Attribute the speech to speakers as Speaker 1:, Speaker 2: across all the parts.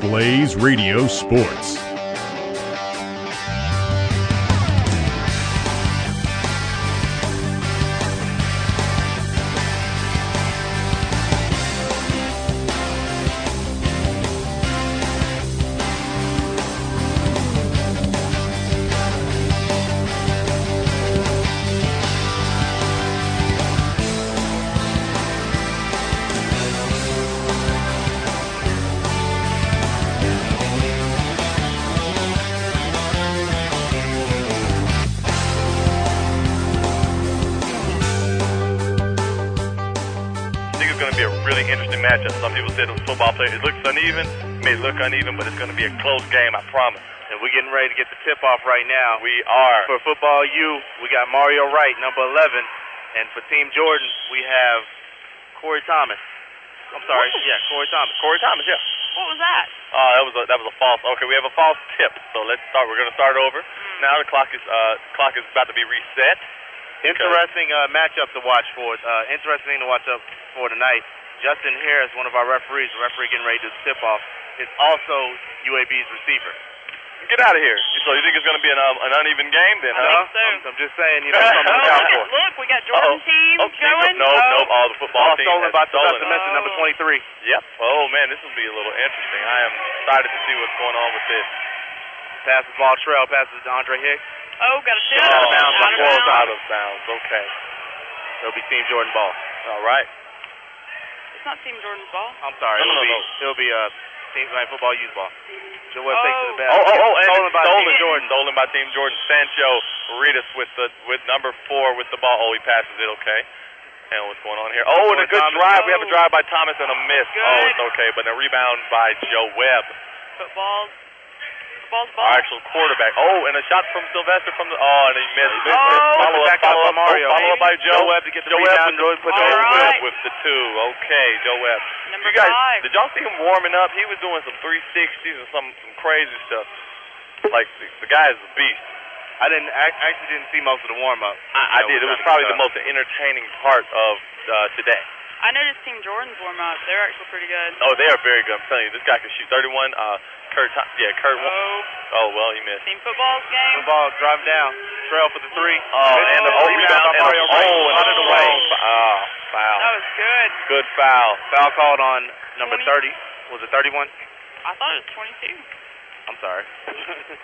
Speaker 1: Blaze Radio Sports.
Speaker 2: I think it's going to be a really interesting matchup. Some people said it was a football play. It looks uneven. It may look uneven, but it's going to be a close game, I promise.
Speaker 3: And we're getting ready to get the tip off right now. We are. For Football U, we got Mario Wright, number 11. And for Team Jordan, we have Corey Thomas. I'm sorry.
Speaker 2: Ooh.
Speaker 3: Yeah, Corey Thomas.
Speaker 2: Corey Thomas, yeah.
Speaker 4: What was that?
Speaker 2: Oh, that was a, that was a false. Okay, we have a false tip. So let's start. We're going to start over.
Speaker 3: Hmm.
Speaker 2: Now the clock is uh, clock is about to be reset.
Speaker 3: Interesting uh, matchup to watch for. Uh, interesting to watch up for tonight. Justin Harris, one of our referees, the referee getting ready to do the tip off, is also UAB's receiver.
Speaker 2: Get out of here. So you think it's going to be an, um, an uneven game then, huh?
Speaker 4: think so.
Speaker 3: I'm, I'm just saying, you know, something to count for.
Speaker 4: Oh, Look, we got Jordan
Speaker 2: Uh-oh.
Speaker 4: team
Speaker 2: Oh,
Speaker 4: going.
Speaker 2: no, no, all the football
Speaker 3: Ball
Speaker 2: team has
Speaker 3: stolen by
Speaker 2: stolen.
Speaker 3: not to mention number 23.
Speaker 2: Yep. Oh man, this will be a little interesting. I am excited to see what's going on with this.
Speaker 3: Passes ball trail, passes to Andre Hicks.
Speaker 4: Oh, got a tip.
Speaker 2: Oh,
Speaker 3: Out of bounds,
Speaker 4: Out of
Speaker 2: well,
Speaker 4: bounds.
Speaker 2: out of bounds. Okay.
Speaker 3: It'll be Team Jordan ball.
Speaker 2: All right.
Speaker 4: It's not Team Jordan's ball.
Speaker 3: I'm sorry,
Speaker 2: No,
Speaker 3: it'll
Speaker 2: no,
Speaker 3: be
Speaker 2: no.
Speaker 3: it'll be uh Team Tonight football use ball. Joel Webb takes it to the
Speaker 4: Oh.
Speaker 3: basket.
Speaker 2: Oh, oh, oh, and
Speaker 3: stolen by
Speaker 2: stolen
Speaker 3: Team
Speaker 2: Jordan. Stolen by Team Jordan. Sancho Ritas with the with number four with the ball. Oh, he passes it. Okay. And what's going on here? Oh, and a good
Speaker 3: Thomas.
Speaker 2: drive. We have a
Speaker 4: Oh.
Speaker 2: drive by Thomas and a miss. Oh,
Speaker 4: Good.
Speaker 2: it's okay, but a rebound by Joe Webb,
Speaker 4: But balls. The ball's ball.
Speaker 2: our actual quarterback. Oh, and a shot from Sylvester from the. Oh, and he missed.
Speaker 3: Jordan.
Speaker 4: Oh.
Speaker 2: Follow up,
Speaker 3: back out
Speaker 2: follow
Speaker 3: by
Speaker 2: up,
Speaker 3: Mario.
Speaker 2: oh, follow up by Joe.
Speaker 3: Webb to get the
Speaker 2: Joe Webb
Speaker 3: rebound.
Speaker 2: with
Speaker 3: Joe Webb put
Speaker 4: All
Speaker 2: Joe
Speaker 3: Jordan
Speaker 4: right.
Speaker 2: Webb with the two. Okay, Joe Webb.
Speaker 4: Number
Speaker 2: you guys,
Speaker 4: five.
Speaker 2: did y'all see him warming up? He was doing some 360s and some some crazy stuff. Like the, the guy is a beast.
Speaker 3: I didn't I actually didn't see most of the warm up.
Speaker 2: I, I did. It was probably the most entertaining part of uh, today.
Speaker 4: I noticed Team Jordan's warm up. They're actually pretty good.
Speaker 2: Oh, they are very good. I'm telling you, this guy can shoot 31. Uh, Kurt, Thom- yeah, Kurt. Wa-
Speaker 4: Oh,
Speaker 2: Oh well, he missed.
Speaker 4: Team Football's
Speaker 3: The
Speaker 4: game.
Speaker 3: ball driving down. Trail for the three.
Speaker 2: Oh, and the oh,
Speaker 4: Oh,
Speaker 2: rebound
Speaker 3: by
Speaker 2: and
Speaker 3: Mario
Speaker 2: a,
Speaker 3: Wright.
Speaker 2: oh, and
Speaker 3: Punted
Speaker 2: a
Speaker 3: away.
Speaker 2: foul. Oh, foul.
Speaker 4: That was good.
Speaker 2: Good foul.
Speaker 3: Foul called on number
Speaker 4: 20.
Speaker 3: 30. Was it 31?
Speaker 4: I thought it was 22.
Speaker 3: I'm sorry.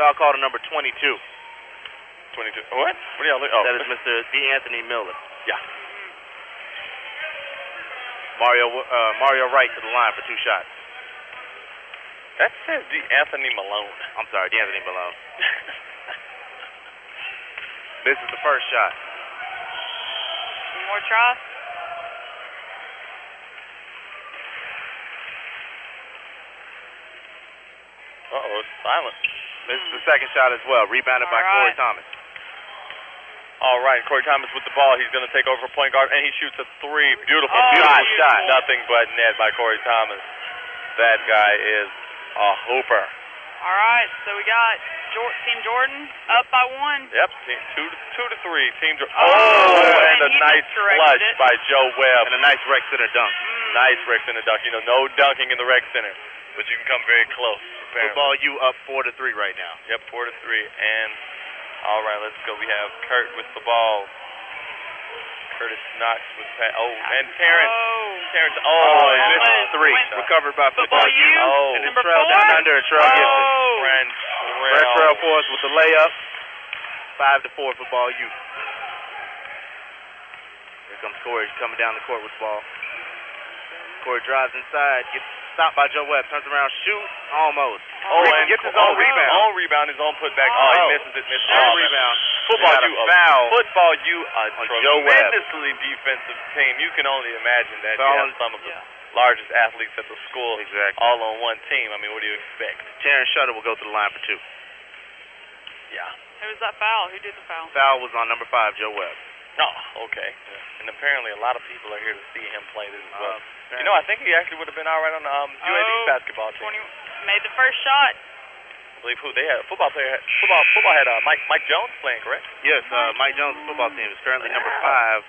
Speaker 3: Foul called on number 22.
Speaker 2: 22. What? What are y'all looking? Oh,
Speaker 3: That is Mr. D. Anthony Miller.
Speaker 2: yeah.
Speaker 3: Mario uh, Mario Wright to the line for two shots.
Speaker 2: That says D. Anthony Malone.
Speaker 3: I'm sorry, D'Anthony Malone. This is the first shot.
Speaker 4: One more try.
Speaker 2: Uh oh, it's silent.
Speaker 3: This is the second shot as well, rebounded by
Speaker 4: All right.
Speaker 3: Corey Thomas.
Speaker 2: All right, Corey Thomas with the ball. He's going to take over for point guard, and he shoots a three. Beautiful,
Speaker 4: Oh,
Speaker 2: beautiful
Speaker 4: beautiful.
Speaker 2: shot. Nothing but net by Corey Thomas. That guy is a hooper.
Speaker 4: All right, so we got Jor- Team Jordan up by one.
Speaker 2: Yep, team, two to two to three. Team. dr- Oh,
Speaker 4: Oh,
Speaker 2: and,
Speaker 4: and
Speaker 2: a
Speaker 4: he
Speaker 2: nice
Speaker 4: just
Speaker 2: flush
Speaker 4: directed it.
Speaker 2: by Joe Webb.
Speaker 3: And a nice rec center dunk.
Speaker 4: Mm.
Speaker 2: nice rec center dunk. You know, no dunking in the rec center, but you can come very close. Apparently.
Speaker 3: Football U up four to three right now.
Speaker 2: Yep, four to three. And all right, let's go. We have Kurt with the ball. Curtis Knox with pa- oh, and Terrence.
Speaker 4: Oh.
Speaker 2: Terrence. Oh,
Speaker 3: Oh,
Speaker 2: and
Speaker 3: and this is
Speaker 4: Almost.
Speaker 3: three.
Speaker 4: Went-
Speaker 3: Recovered by
Speaker 4: Football
Speaker 3: football
Speaker 4: U.
Speaker 3: U.
Speaker 2: Oh.
Speaker 3: And it's
Speaker 4: Number
Speaker 3: trail down
Speaker 4: four?
Speaker 3: under and trail gets it.
Speaker 4: Oh.
Speaker 3: Brent Trail
Speaker 2: Frantrell.
Speaker 3: Force with the layup. Five to four football U. Here comes Corey coming down the court with the ball. Corey drives inside, gets stopped by Joe Webb, turns around, shoots almost.
Speaker 2: Oh, and
Speaker 3: gets his
Speaker 2: oh,
Speaker 3: own rebound.
Speaker 2: Own rebound, his own putback. Oh, he
Speaker 3: Oh.
Speaker 2: misses it. Misses
Speaker 3: Own
Speaker 2: oh, man.
Speaker 3: rebound.
Speaker 2: Football
Speaker 3: They
Speaker 2: U,
Speaker 3: got a
Speaker 2: a
Speaker 3: foul.
Speaker 2: Football U, a
Speaker 3: On Joe Webb.
Speaker 2: tremendously defensive team. You can only imagine that.
Speaker 3: Foul
Speaker 2: You
Speaker 3: on-
Speaker 2: have some of the
Speaker 4: Yeah.
Speaker 2: largest athletes at the school
Speaker 3: Exactly.
Speaker 2: all on one team. I mean, what do you expect?
Speaker 3: Terrence Shutter will go to the line for two.
Speaker 2: Yeah.
Speaker 4: Who was that foul? Who did the foul?
Speaker 3: Foul was on number five, Joe Webb.
Speaker 2: Oh, okay. And apparently, a lot of people are here to see him play this as well.
Speaker 3: Um,
Speaker 2: you know, I think he actually would have been all right on the um, UAB's
Speaker 4: Oh,
Speaker 2: basketball team.
Speaker 4: 20, made the first shot.
Speaker 2: I believe who they had. Football player. Had, football. Football had uh, Mike Mike Jones playing, correct?
Speaker 3: Yes, uh, Mike Jones' football team is currently number five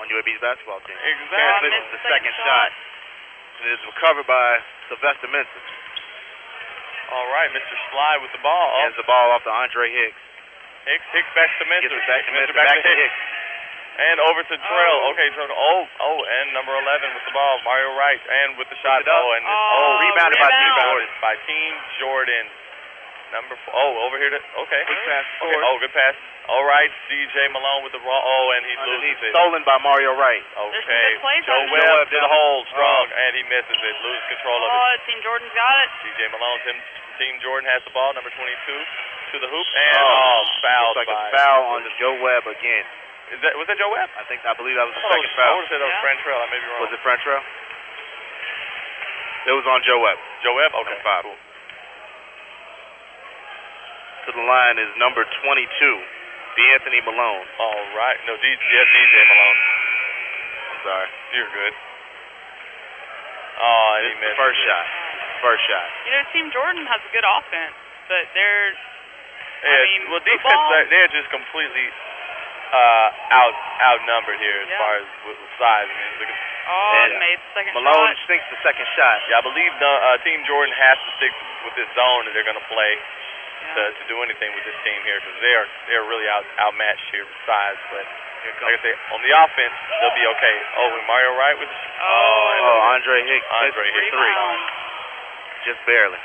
Speaker 3: on UAB's basketball team.
Speaker 2: Exactly.
Speaker 3: Terrence
Speaker 4: missed
Speaker 3: misses the
Speaker 4: the second
Speaker 3: second shot. It is recovered by Sylvester Minton.
Speaker 2: All right, Mr. Sly with the ball.
Speaker 3: Hands the ball off to Andre Hicks.
Speaker 2: Hicks, Hicks back to Minter.
Speaker 3: Gets it back to
Speaker 2: Minter
Speaker 3: Minter, back to Hicks.
Speaker 2: And over to Drill.
Speaker 4: Oh.
Speaker 2: Okay, Drill. Oh, oh, and number 11 with the ball, Mario Wright, and with the shot.
Speaker 3: it up.
Speaker 2: Oh, and it's-
Speaker 4: Oh,
Speaker 2: oh,
Speaker 3: rebounded by
Speaker 4: rebound.
Speaker 2: Team Jordan. By Team Jordan. Number four. Oh, over here to. Okay.
Speaker 3: Quick pass to
Speaker 2: Okay.
Speaker 3: Ford.
Speaker 2: Oh, good pass. All right, DJ Malone with the ball. Oh, and he
Speaker 3: Underneath,
Speaker 2: loses it.
Speaker 3: stolen by Mario Wright.
Speaker 4: There's
Speaker 2: Okay.
Speaker 4: some good plays
Speaker 2: Joe
Speaker 4: on
Speaker 3: that.
Speaker 2: Webb to the hole, strong,
Speaker 3: Oh.
Speaker 2: and he misses it. Loses control of it.
Speaker 4: Oh, Team Jordan's got it.
Speaker 2: DJ Malone, Tim, Team Jordan has the ball, number 22, to the hoop, and
Speaker 3: Oh.
Speaker 2: oh, fouled
Speaker 3: Looks like
Speaker 2: by.
Speaker 3: a foul on Joe Webb again.
Speaker 2: Is that, was that Joe Webb?
Speaker 3: I think I believe that was
Speaker 2: Oh, I
Speaker 3: the
Speaker 2: thought
Speaker 3: second
Speaker 2: it was- I
Speaker 3: foul.
Speaker 2: would have said that was
Speaker 4: Yeah.
Speaker 2: French Trail. I may be wrong.
Speaker 3: Was it French Row? It was on Joe Webb.
Speaker 2: Joe Webb? Okay.
Speaker 3: Number five. To the line is number 22, D'Anthony Malone.
Speaker 2: All right. No, D, yes, DJ Malone.
Speaker 3: I'm sorry.
Speaker 2: You're good. Oh, and
Speaker 3: This
Speaker 2: he
Speaker 3: is the
Speaker 2: missed
Speaker 3: first
Speaker 2: it.
Speaker 3: shot. First shot.
Speaker 4: You know, Team Jordan has a good offense, but they're
Speaker 2: Yeah,
Speaker 4: mean,
Speaker 2: well,
Speaker 4: the
Speaker 2: defense,
Speaker 4: ball-
Speaker 2: they're, they're just completely uh, out outnumbered here as
Speaker 4: Yeah.
Speaker 2: far as with, with size. I mean, look at,
Speaker 4: oh,
Speaker 3: Yeah.
Speaker 4: and made the second
Speaker 3: Malone
Speaker 4: shot.
Speaker 3: sinks the second shot.
Speaker 2: yeah, I believe the, uh, Team Jordan has to stick with this zone that they're going to play. to,
Speaker 4: Yeah.
Speaker 2: to do anything with this team here because they're they're really out outmatched here with size. But
Speaker 3: Here
Speaker 2: like I say, on the offense they'll be okay. Oh, and Mario Wright with the sh-
Speaker 4: Oh.
Speaker 2: and
Speaker 3: Oh, Andre Hicks.
Speaker 2: Andre
Speaker 3: misses
Speaker 2: Hicks.
Speaker 3: three.
Speaker 4: Rebound.
Speaker 3: Just barely.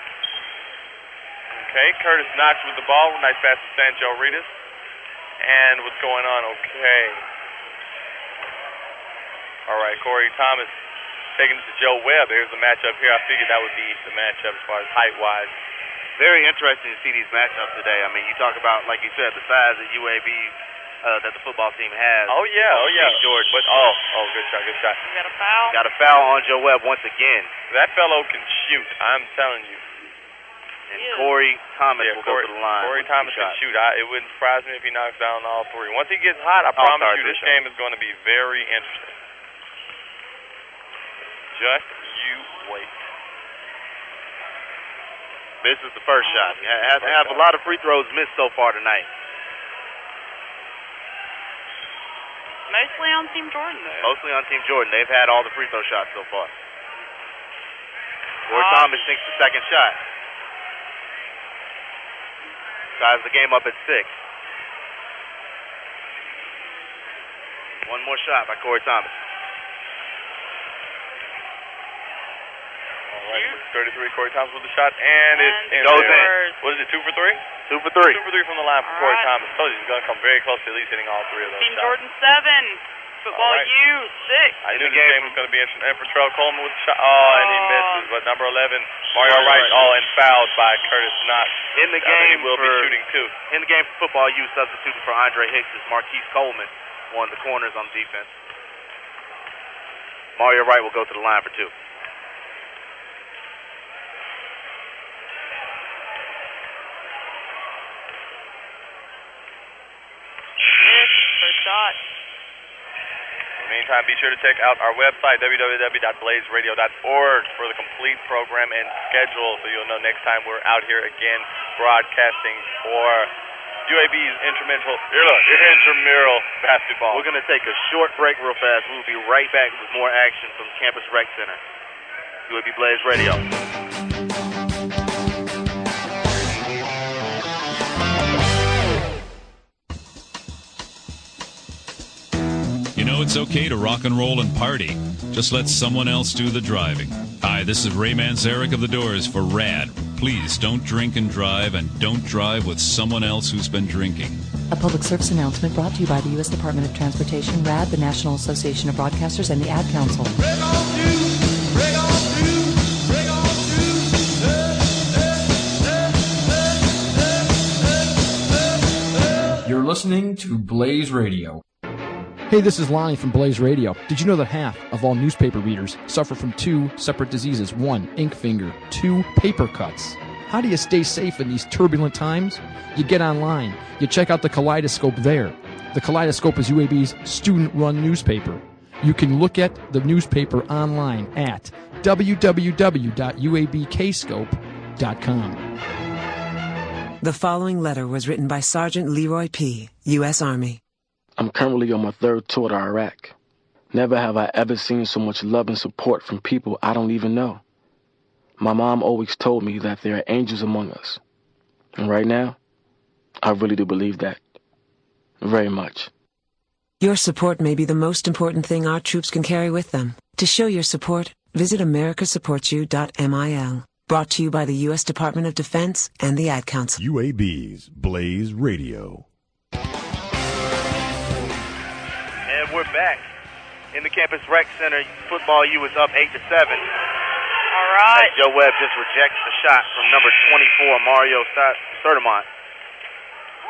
Speaker 2: okay. Curtis Knox with the ball. Nice pass to Sancho Ritas. And what's going on? Okay. All right, Corey Thomas taking it to Joe Webb. Here's the matchup here. I figured that would be the matchup as far as height wise.
Speaker 3: Very interesting to see these matchups today. I mean, you talk about, like you said, the size that UAB, uh, that the football team has.
Speaker 2: Oh yeah, oh yeah.
Speaker 3: Steve Jordan.
Speaker 2: But oh, oh, good shot, good shot.
Speaker 4: We got a foul.
Speaker 3: Got a foul on Joe Webb once again.
Speaker 2: That fellow can shoot. I'm telling you.
Speaker 3: And
Speaker 4: Yeah.
Speaker 3: Corey Thomas
Speaker 2: Yeah,
Speaker 3: will
Speaker 2: Corey-
Speaker 3: go to the line.
Speaker 2: Corey
Speaker 3: with two
Speaker 2: Thomas can
Speaker 3: shots.
Speaker 2: shoot. I, it wouldn't surprise me if he knocks down all three. Once he gets hot, I
Speaker 3: Oh,
Speaker 2: promise
Speaker 3: sorry,
Speaker 2: you,
Speaker 3: three
Speaker 2: this
Speaker 3: shots.
Speaker 2: game is going to be very interesting. Just you wait.
Speaker 3: Oh, This is the first shot. We ha- have, have a lot of free throws missed so far tonight.
Speaker 4: Mostly on Team Jordan, though.
Speaker 3: Mostly on Team Jordan. They've had all the free throw shots so far. Corey
Speaker 4: Ah.
Speaker 3: Thomas sinks the second shot. Ties the game up at six. One more shot by Corey Thomas.
Speaker 2: All right, 33, Corey Thomas with the shot, and it's in
Speaker 4: And
Speaker 3: goes
Speaker 2: there.
Speaker 4: in.
Speaker 2: What is it, two for three?
Speaker 3: Two for three.
Speaker 2: Two for three from the line for
Speaker 4: All
Speaker 2: Corey
Speaker 4: right.
Speaker 2: Thomas. Told you he's going to come very close to at least hitting all three of those
Speaker 4: Team
Speaker 2: shots.
Speaker 4: Jordan seven. Football
Speaker 2: All right.
Speaker 4: U six.
Speaker 2: I
Speaker 3: In
Speaker 2: knew this
Speaker 3: the game.
Speaker 2: game was going to be interesting. And Patrell Coleman with the shot. Oh, and he
Speaker 4: Oh.
Speaker 2: misses. But number 11, Mario
Speaker 3: Mario
Speaker 2: Wright,
Speaker 3: Wright.
Speaker 2: all and fouled by Curtis Knox.
Speaker 3: In the
Speaker 2: I bet
Speaker 3: game
Speaker 2: he will
Speaker 3: for
Speaker 2: be shooting too.
Speaker 3: in the game for football, you substituted for Andre Hicks is Marquise Coleman on the corners on defense. Mario Wright will go to the line for two.
Speaker 4: Missed first shot.
Speaker 2: In the meantime, be sure to check out our website, www.blazeradio.org, for the complete program and schedule so you'll know next time we're out here again broadcasting for UAB's intramural, intramural basketball.
Speaker 3: We're going to take a short break real fast. We'll be right back with more action from Campus Rec Center. UAB Blaze Radio.
Speaker 1: You know, it's okay to rock and roll and party. Just let someone else do the driving. Hi, this is Ray Manzarek of The Doors for RAD. Please don't drink and drive, and don't drive with someone else who's been drinking.
Speaker 5: A public service announcement brought to you by the U.S. Department of Transportation, RAD, the National Association of Broadcasters, and the Ad Council.
Speaker 6: You're listening to Blaze Radio.
Speaker 7: Hey, this is Lonnie from Blaze Radio. Did you know that half of all newspaper readers suffer from two separate diseases? One, ink finger, two, paper cuts. How do you stay safe in these turbulent times? You get online, you check out the Kaleidoscope there. The Kaleidoscope is UAB's student run newspaper. You can look at the newspaper online at www.uabkscope.com.
Speaker 8: The following letter was written by Sergeant Leroy P., U.S. Army.
Speaker 9: I'm currently on my third tour to Iraq. Never have I ever seen so much love and support from people I don't even know. My mom always told me that there are angels among us. And right now, I really do believe that. Very much.
Speaker 8: Your support may be the most important thing our troops can carry with them. To show your support, visit americasupportyou.mil. Brought to you by the U.S. Department of Defense and the Ad Council.
Speaker 10: UAB's Blaze Radio.
Speaker 3: And we're back in the campus rec center. Football U is up eight to seven.
Speaker 4: All right.
Speaker 3: Joe Webb just rejects the shot from number 24, Mario Sa- Sertamont.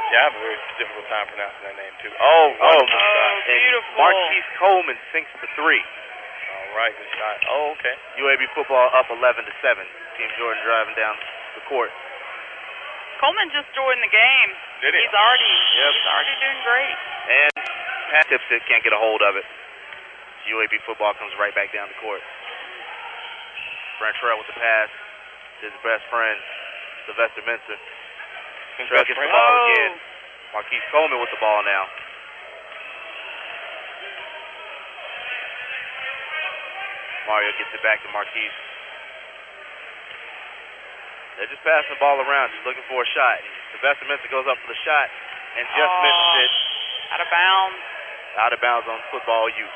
Speaker 2: Yeah, I have a very difficult time pronouncing that name too. Oh,
Speaker 3: oh,
Speaker 2: wonderful shot.
Speaker 3: and
Speaker 4: beautiful.
Speaker 3: Marquise Coleman sinks the three.
Speaker 2: All right, good shot. Oh, okay.
Speaker 3: UAB football up 11 to seven. Team Jordan driving down the court.
Speaker 4: Coleman just joined the game.
Speaker 2: Did he?
Speaker 4: He's already
Speaker 2: Yep.
Speaker 4: he's already doing great.
Speaker 3: And Pat tips it, can't get a hold of it. UAB football comes right back down the court. Brantrell with the pass to his best friend, Sylvester Mincer.
Speaker 2: His
Speaker 3: Trail
Speaker 2: best
Speaker 3: gets the
Speaker 2: friend.
Speaker 3: ball
Speaker 4: Oh.
Speaker 3: again. Marquise Coleman with the ball now. Mario gets it back to Marquise. They're just passing the ball around, just looking for a shot. Sylvester Mincer goes up for the shot and just
Speaker 4: Oh.
Speaker 3: misses it
Speaker 4: Out of bounds.
Speaker 3: out of bounds on football U.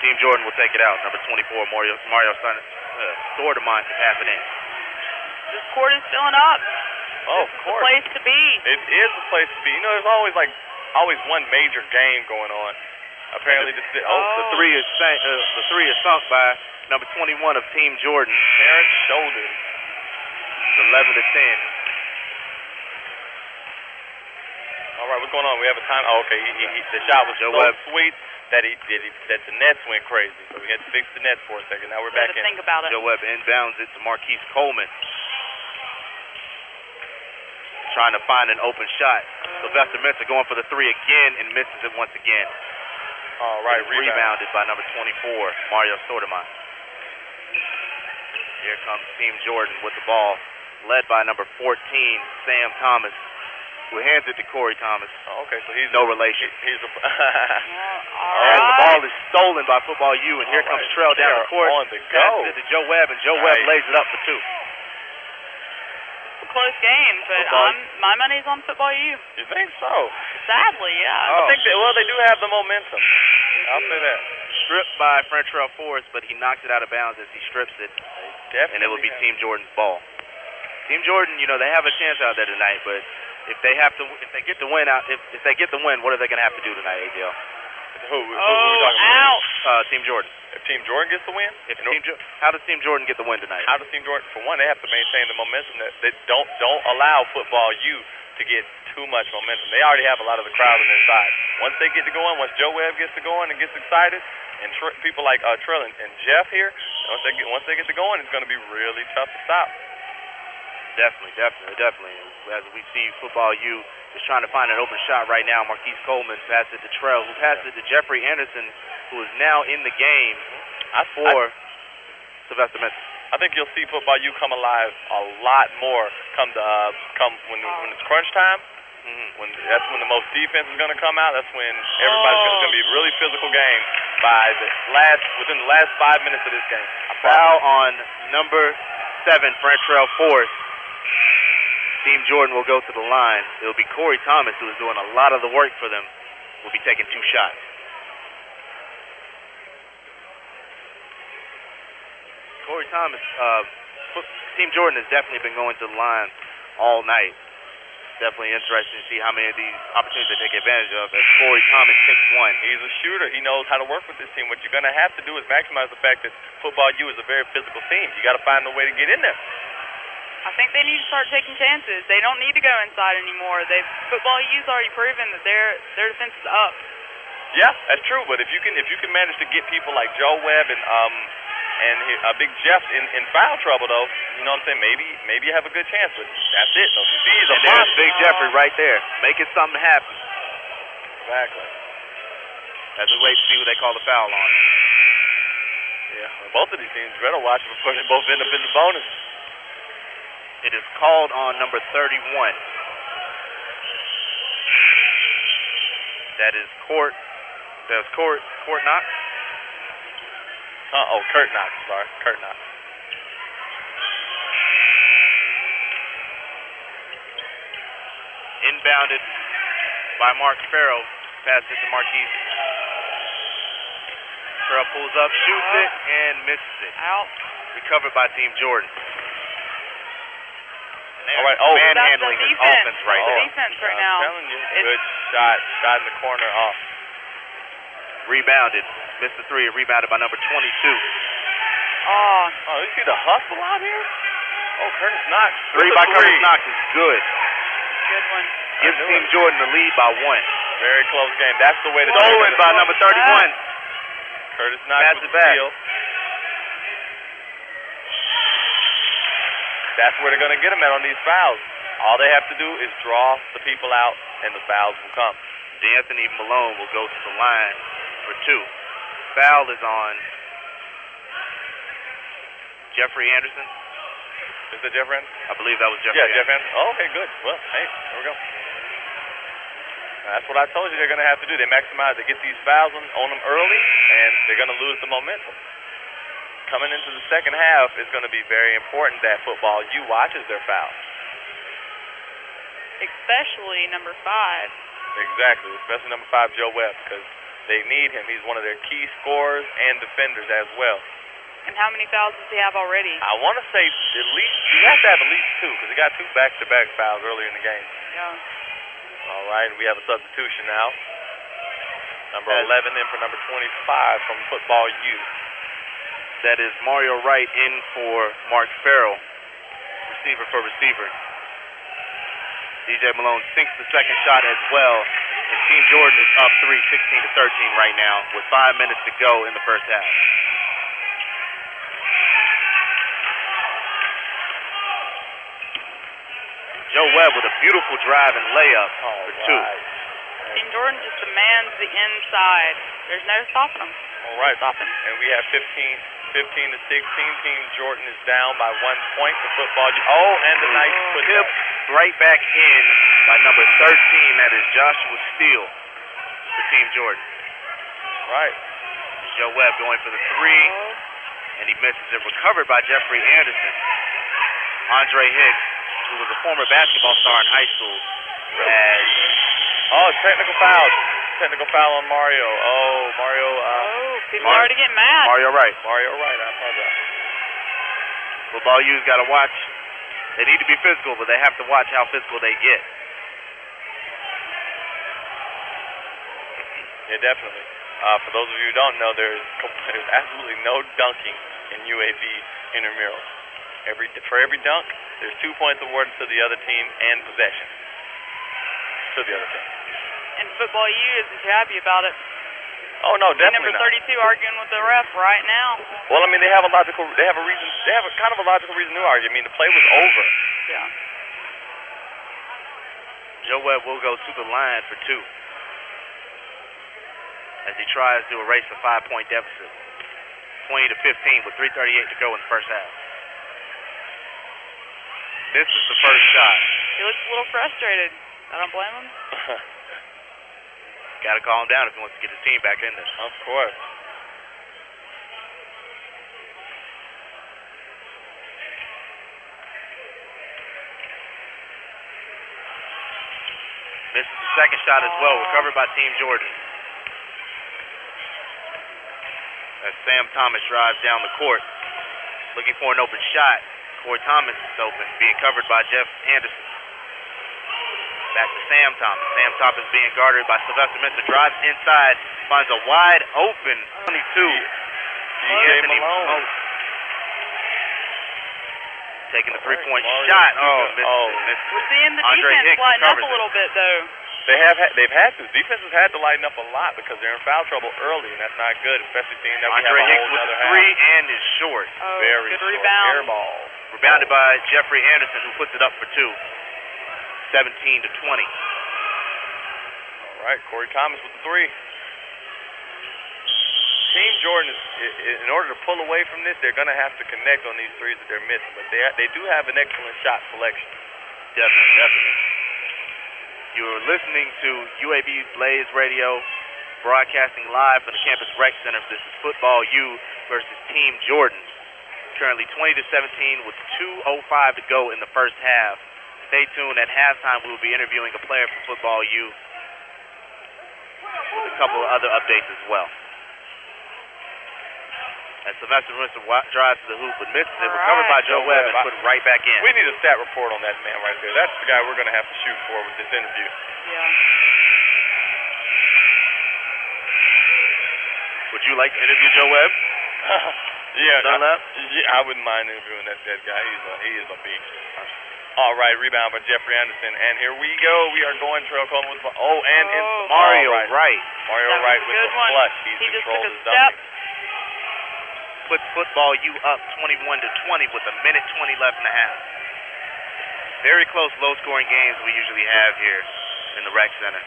Speaker 3: Team Jordan will take it out. Number 24, Mario Mario Son, uh, Sordermont to half it in.
Speaker 4: This court is filling up.
Speaker 2: Oh, of
Speaker 4: this is the
Speaker 2: course.
Speaker 4: place to be.
Speaker 2: It is the place to be. You know, there's always like always one major game going on. Apparently, this
Speaker 3: Oh, the
Speaker 4: Oh.
Speaker 3: three is sank, uh, the three is sunk by number 21 of Team Jordan.
Speaker 2: parent shoulders.
Speaker 3: It's 11 to
Speaker 2: All right, what's going on? We have a time. Oh, okay, he, he, he, the shot was
Speaker 3: Joe
Speaker 2: so
Speaker 3: Webb.
Speaker 2: sweet that he did he, that the nets went crazy. So we had to fix the nets for a second. Now we're
Speaker 4: Got
Speaker 2: back
Speaker 4: to
Speaker 2: in.
Speaker 4: think about
Speaker 3: 10.
Speaker 4: it.
Speaker 3: Joe Webb inbounds it to Marquise Coleman. Trying to find an open shot. Sylvester Minter going for the three again and misses it once again.
Speaker 2: All right,
Speaker 3: It's
Speaker 2: rebound.
Speaker 3: rebounded by number 24, Mario Sotomayor. Here comes Team Jordan with the ball, led by number 14, Sam Thomas, who hands it to Corey Thomas.
Speaker 2: Oh, okay, so he's
Speaker 3: No relation.
Speaker 2: he- He's a. All
Speaker 4: Well, all
Speaker 3: And the
Speaker 4: right.
Speaker 3: ball is stolen by Football U, and here
Speaker 2: All
Speaker 3: comes
Speaker 2: right.
Speaker 3: Trell down
Speaker 2: They
Speaker 3: the
Speaker 2: are
Speaker 3: court.
Speaker 2: on the go.
Speaker 3: Passes it to Joe Webb, and Joe Webb
Speaker 2: Nice.
Speaker 3: lays it up for two.
Speaker 4: close game, but
Speaker 2: Football.
Speaker 4: I'm, my money's on football U.
Speaker 2: you think so?
Speaker 4: Sadly, yeah.
Speaker 2: I
Speaker 3: Oh.
Speaker 2: think that. Well, they do have the momentum. I'll say that.
Speaker 3: Stripped by Frentrell Forrest, but he knocks it out of bounds as he strips it,
Speaker 2: Definitely.
Speaker 3: and it will be
Speaker 2: have-
Speaker 3: Team Jordan's ball. Team Jordan, you know, they have a chance out there tonight, but if they have to, if they get the win out, if, if they get the win, what are they going to have to do tonight, ADL?
Speaker 2: Who? Who, who
Speaker 4: Oh,
Speaker 2: we talking about?
Speaker 4: ouch.
Speaker 3: Uh, Team Jordan.
Speaker 2: If Team Jordan gets the win,
Speaker 3: If
Speaker 2: in
Speaker 3: Team jo- how does Team Jordan get the win tonight?
Speaker 2: how does Team Jordan? For one, they have to maintain the momentum. That they don't don't allow football you to get too much momentum. They already have a lot of the crowd on their side. Once they get to going, once Joe Webb gets to going and gets excited, and tr- people like uh, Trill and, and Jeff here, once they get once they get to going, it's going to be really tough to stop.
Speaker 3: Definitely, definitely, definitely. As we see football, you is trying to find an open shot right now. Marquise Coleman passes it to Trell, who passes it to Jeffrey Anderson, who is now in the game
Speaker 2: I,
Speaker 3: for Sylvester Mensa.
Speaker 2: I, I think you'll see football you come alive a lot more come the uh, come when when it's crunch time.
Speaker 3: Mm-hmm.
Speaker 2: When that's when the most defense is going to come out. That's when everybody's going to be a really physical game by the last within the last five minutes of this game. I promise.
Speaker 3: Foul on number seven, Frentrell Forrest. Team Jordan will go to the line. It'll be Corey Thomas, who is doing a lot of the work for them, will be taking two shots. Corey Thomas, uh, fo- Team Jordan has definitely been going to the line all night. Definitely interesting to see how many of these opportunities they take advantage of as Corey Thomas takes one.
Speaker 2: He's a shooter. He knows how to work with this team. What you're going to have to do is maximize the fact that football U is a very physical team. You got to find a way to get in there.
Speaker 4: I think they need to start taking chances. They don't need to go inside anymore. They football U's already proven that their their defense is up.
Speaker 2: Yeah, that's true. But if you can if you can manage to get people like Joe Webb and um and he- uh, Big Jeff in, in foul trouble though, you know what I'm saying? Maybe maybe you have a good chance. But that's it. Though. He's a
Speaker 3: And there's
Speaker 2: monster.
Speaker 3: Big Jeffrey right there, making something happen.
Speaker 2: Exactly.
Speaker 3: as we wait to see who they call the foul on.
Speaker 2: Yeah. Both of these teams better watch it before they both end up in the bonus.
Speaker 3: It is called on number 31. That is court. That's court. Court Knox.
Speaker 2: Uh oh, Kurt Knox. Sorry, Kurt Knox.
Speaker 3: Rebounded by Mark Farrell. Pass it to Marquise. Farrell pulls up, shoots it, and misses it.
Speaker 4: Out.
Speaker 3: Recovered by Team Jordan.
Speaker 2: All right, oh,
Speaker 3: manhandling
Speaker 2: that's
Speaker 3: his
Speaker 2: the defense.
Speaker 3: offense right
Speaker 2: Oh,
Speaker 3: now.
Speaker 4: Defense right
Speaker 2: I'm
Speaker 4: now.
Speaker 2: telling you.
Speaker 4: It's-
Speaker 2: Good shot. Shot in the corner off.
Speaker 3: Rebounded. Missed the three. Rebounded by number 22.
Speaker 4: Oh.
Speaker 2: Oh, you see the hustle out here? Oh, Curtis Knox.
Speaker 3: Three by Curtis Knox is good.
Speaker 4: Good one.
Speaker 3: Gives Team Jordan the lead by one.
Speaker 2: Very close game. That's the way to
Speaker 3: Stolen by number 31.
Speaker 2: Curtis Knox
Speaker 3: Pass
Speaker 2: with
Speaker 3: it
Speaker 2: the
Speaker 3: back.
Speaker 2: steal. That's where they're going to get them at on these fouls. All they have to do is draw the people out, and the fouls will come.
Speaker 3: D'Anthony Malone will go to the line for two. Foul is on Jeffrey Anderson.
Speaker 2: Is it Jeff Rand?
Speaker 3: I believe that was Jeffrey.
Speaker 2: yeah, Jeff Rand. Oh, okay, good. Well, hey, there we go. That's what I told you they're going to have to do. They maximize. They get these fouls on, on them early, and they're going to lose the momentum. Coming into the second half, it's going to be very important that football you watches their fouls.
Speaker 4: Especially number five.
Speaker 2: Exactly, especially number five, Joe Webb, because they need him. He's one of their key scorers and defenders as well.
Speaker 4: And how many fouls does he have already?
Speaker 2: I want to say at least you have to have at least two because he got two back-to-back fouls earlier in the game.
Speaker 4: Yeah.
Speaker 2: All right, we have a substitution now. Number
Speaker 3: Yes.
Speaker 2: 11 in for number 25 from Football U.
Speaker 3: That is Mario Wright in for Mark Farrell, receiver for receiver. DJ Malone sinks the second shot as well, and Team Jordan is up 3, 16 to 13 right now, with five minutes to go in the first half. Joe Webb with a beautiful drive and layup for two.
Speaker 4: Team Jordan just demands the inside. There's no stopping him.
Speaker 2: All right, and we have 15, 15 to 16. Team Jordan is down by one point for Football U. Oh, and the nice put
Speaker 3: Tip right back in by number 13. That is Joshua Steele for Team Jordan.
Speaker 2: Right.
Speaker 3: Joe Webb going for the three, and he misses it. Recovered by Jeffrey Anderson. Andre Hicks, who was a former basketball star in high school, has
Speaker 2: Oh, technical foul. Technical foul on Mario. Oh, Mario. Uh, oh,
Speaker 4: people are already getting mad.
Speaker 3: Mario Wright.
Speaker 2: Mario Wright, I apologize.
Speaker 3: Football U's got to watch. They need to be physical, but they have to watch how physical they get.
Speaker 2: Yeah, definitely. Uh, for those of you who don't know, there's com- there's absolutely no dunking in UAB intramural. Every for every dunk, there's two points awarded to the other team and possession to the other team.
Speaker 4: And football U isn't too happy about it.
Speaker 2: Oh no,
Speaker 4: And
Speaker 2: definitely
Speaker 4: number
Speaker 2: not.
Speaker 4: 32 arguing with the ref right now.
Speaker 2: Well, I mean they have a logical, they have a reason, they have a kind of a logical reason to argue. I mean the play was over.
Speaker 4: Yeah.
Speaker 3: Joe Webb will go to the line for two as he tries to erase the five point deficit. 20 to 15 with 3.38 to go in the first half. This is the first shot.
Speaker 4: He looks a little frustrated. I don't blame him.
Speaker 3: Got to calm down if he wants to get his team back in this.
Speaker 2: Of course.
Speaker 3: Misses the second shot as well, recovered by Team Jordan. As Sam Thomas drives down the court, looking for an open shot. Corey Thomas is open, being covered by Jeff Anderson. Back to Sam Thomas. Sam Thomas being guarded by Sylvester Minter. Drives inside, finds a wide open 22. Anthony
Speaker 2: Malone.
Speaker 3: Malone. Taking the three-point
Speaker 2: Mario
Speaker 3: shot.
Speaker 2: Luka.
Speaker 3: Oh, missed.
Speaker 2: Oh.
Speaker 3: missed.
Speaker 4: We're seeing the
Speaker 3: Andre
Speaker 4: defense
Speaker 3: Hicks
Speaker 4: lighten up
Speaker 3: recovers
Speaker 4: a
Speaker 3: it.
Speaker 4: little bit, though.
Speaker 2: They have had, they've had to. Defenses had to lighten up a lot because they're in foul trouble early, and that's not good, especially seeing that
Speaker 3: Andre
Speaker 2: we have a
Speaker 3: Hicks
Speaker 2: whole
Speaker 3: with
Speaker 2: other
Speaker 3: the
Speaker 2: half.
Speaker 3: three and is short.
Speaker 4: Oh,
Speaker 2: Very
Speaker 4: good
Speaker 2: short.
Speaker 4: rebound.
Speaker 2: Air ball.
Speaker 3: Rebounded by Jeffrey Anderson, who puts it up for two. 17 to 20.
Speaker 2: All right, Corey Thomas with the three. Team Jordan, is, i- i- in order to pull away from this, they're going to have to connect on these threes that they're missing. But they they do have an excellent shot selection.
Speaker 3: Definitely, definitely. You're listening to UAB Blaze Radio, broadcasting live from the Campus Rec Center. This is Football U versus Team
Speaker 2: oh
Speaker 3: Jordan. Currently 20 to 17 with 2.05 to go in the first half.
Speaker 2: Stay tuned. At halftime, we will be interviewing a player from Football U with a couple of other updates as well. And Sylvester Winston wa- drives to the hoop, but misses it. Recovered by Joe Webb and put right back in.
Speaker 3: We need a stat report on that man right there. That's the guy we're going to have to shoot for with this interview.
Speaker 2: Would you like to interview Joe Webb?
Speaker 3: yeah,
Speaker 2: Dunlap?
Speaker 3: I, yeah, I wouldn't mind interviewing that, that guy. He's a, he is a beast. All right, rebound by Jeffrey Anderson, and here we go. We are going trail Coleman with oh, and in
Speaker 2: Oh. Mario
Speaker 3: All
Speaker 2: Wright.
Speaker 3: Mario
Speaker 2: That was
Speaker 3: Wright
Speaker 2: a
Speaker 3: with
Speaker 2: good
Speaker 3: the
Speaker 2: one.
Speaker 3: flush. He's
Speaker 2: He just
Speaker 3: controlled
Speaker 2: took a
Speaker 3: his
Speaker 2: step.
Speaker 3: dummy.
Speaker 2: Puts football U up 21 to 20 with a minute 20 left and a half. Very close, low scoring games we usually have here in the rec center.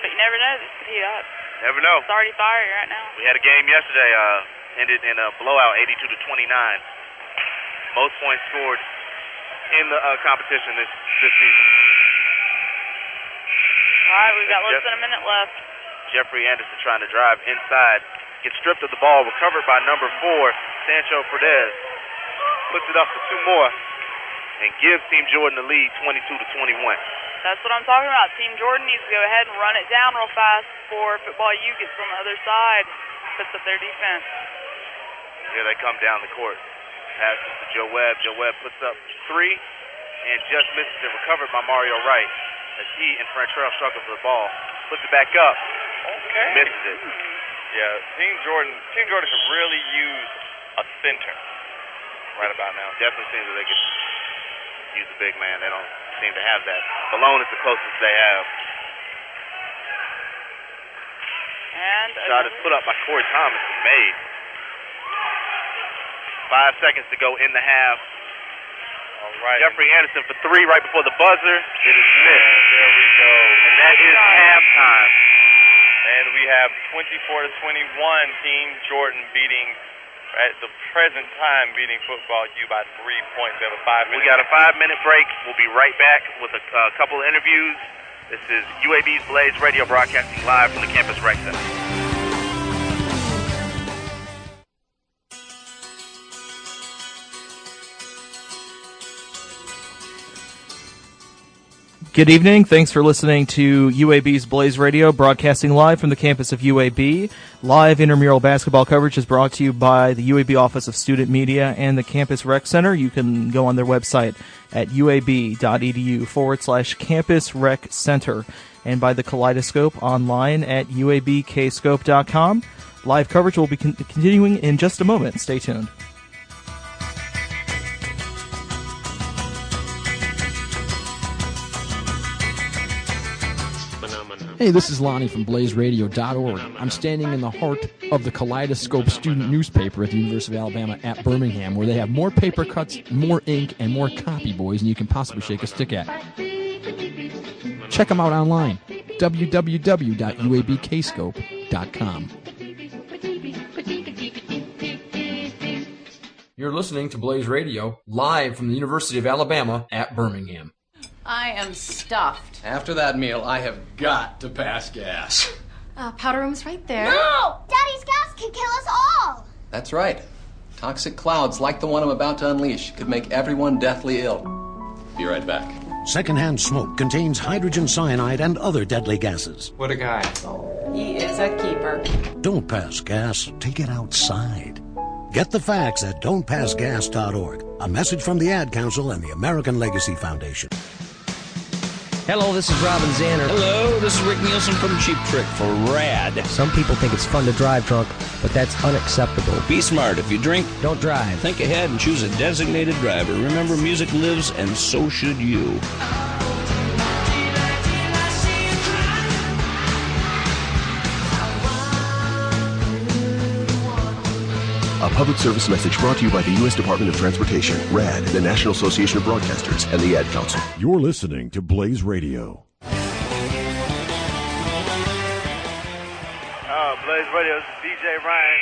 Speaker 4: But you never know. This could heat up.
Speaker 2: Never know.
Speaker 4: It's already fiery right now.
Speaker 2: We had a game yesterday, uh, ended in a blowout, 82 to 29. Most points scored in the uh, competition this this season.
Speaker 4: All right, we've got
Speaker 2: Yep.
Speaker 4: less than a minute left.
Speaker 2: Jeffrey Anderson trying to drive inside, gets stripped of the ball, recovered by number four, Sancho Perez, puts it up for two more, and gives Team Jordan the lead, 22 to 21.
Speaker 4: That's what I'm talking about. Team Jordan needs to go ahead and run it down real fast before football U gets on the other side, puts up their defense.
Speaker 2: Here they come down the court. Passes to Joe Webb. Joe Webb puts up three and just misses it. Recovered by Mario Wright as he and Frantrell struggle for the ball. Puts it back up.
Speaker 3: Okay.
Speaker 2: Misses it.
Speaker 3: Yeah, Team Jordan. Team Jordan could really use a center right about now.
Speaker 2: Definitely seems that they could use a big man. They don't seem to have that. Malone is the closest they have.
Speaker 4: And
Speaker 2: Shot is put up by Corey Thomas and made. Five seconds to go in the half.
Speaker 3: All right.
Speaker 2: Jeffrey Anderson for three right before the buzzer. It is missed.
Speaker 3: There we go.
Speaker 2: And that is halftime.
Speaker 3: And we have 24 to 21. Team Jordan beating at the present time beating football U by three points. We have a five.
Speaker 2: We got a five minute break. We'll be right back with a uh, couple of interviews. This is UAB's Blaze Radio broadcasting live from the campus rec center.
Speaker 11: Good evening. Thanks for listening to UAB's Blaze Radio, broadcasting live from the campus of UAB. Live intramural basketball coverage is brought to you by the UAB Office of Student Media and the Campus Rec Center. You can go on their website at uab.edu E forward slash campus rec center and by the kaleidoscope online at uabkscope.com. Live coverage will be con- continuing in just a moment. Stay tuned.
Speaker 7: Hey, this is Lonnie from BlazeRadio.org. I'm standing in the heart of the Kaleidoscope student newspaper at the University of Alabama at Birmingham, where they have more paper cuts, more ink, and more copy boys than you can possibly shake a stick at. Check them out online www.uabkscope.com.
Speaker 12: You're listening to Blaze Radio live from the University of Alabama at Birmingham.
Speaker 13: I am stuffed.
Speaker 12: After that meal, I have got to pass gas.
Speaker 13: Uh, powder room's right there.
Speaker 14: No! Daddy's gas could kill us all!
Speaker 15: That's right. Toxic clouds like the one I'm about to unleash could make everyone deathly ill. Be right back.
Speaker 10: Secondhand smoke contains hydrogen cyanide and other deadly gases.
Speaker 16: What a guy.
Speaker 13: He is a keeper.
Speaker 10: Don't pass gas, take it outside. Get the facts at don'tpassgas.org. A message from the Ad Council and the American Legacy Foundation.
Speaker 17: Hello, this is Robin Zanner. Hello, this is Rick Nielsen from Cheap Trick for Rad. Some people think it's fun to drive drunk, but that's unacceptable.
Speaker 16: Be smart. If you drink, don't drive. Think ahead and choose a designated driver. Remember, music lives, and so should you.
Speaker 18: A public service message brought to you by the U.S. Department of Transportation, RAD, the National Association of Broadcasters, and the Ad Council.
Speaker 19: You're listening to Blaze Radio.
Speaker 2: Uh, Blaze Radio, this is DJ Ryan.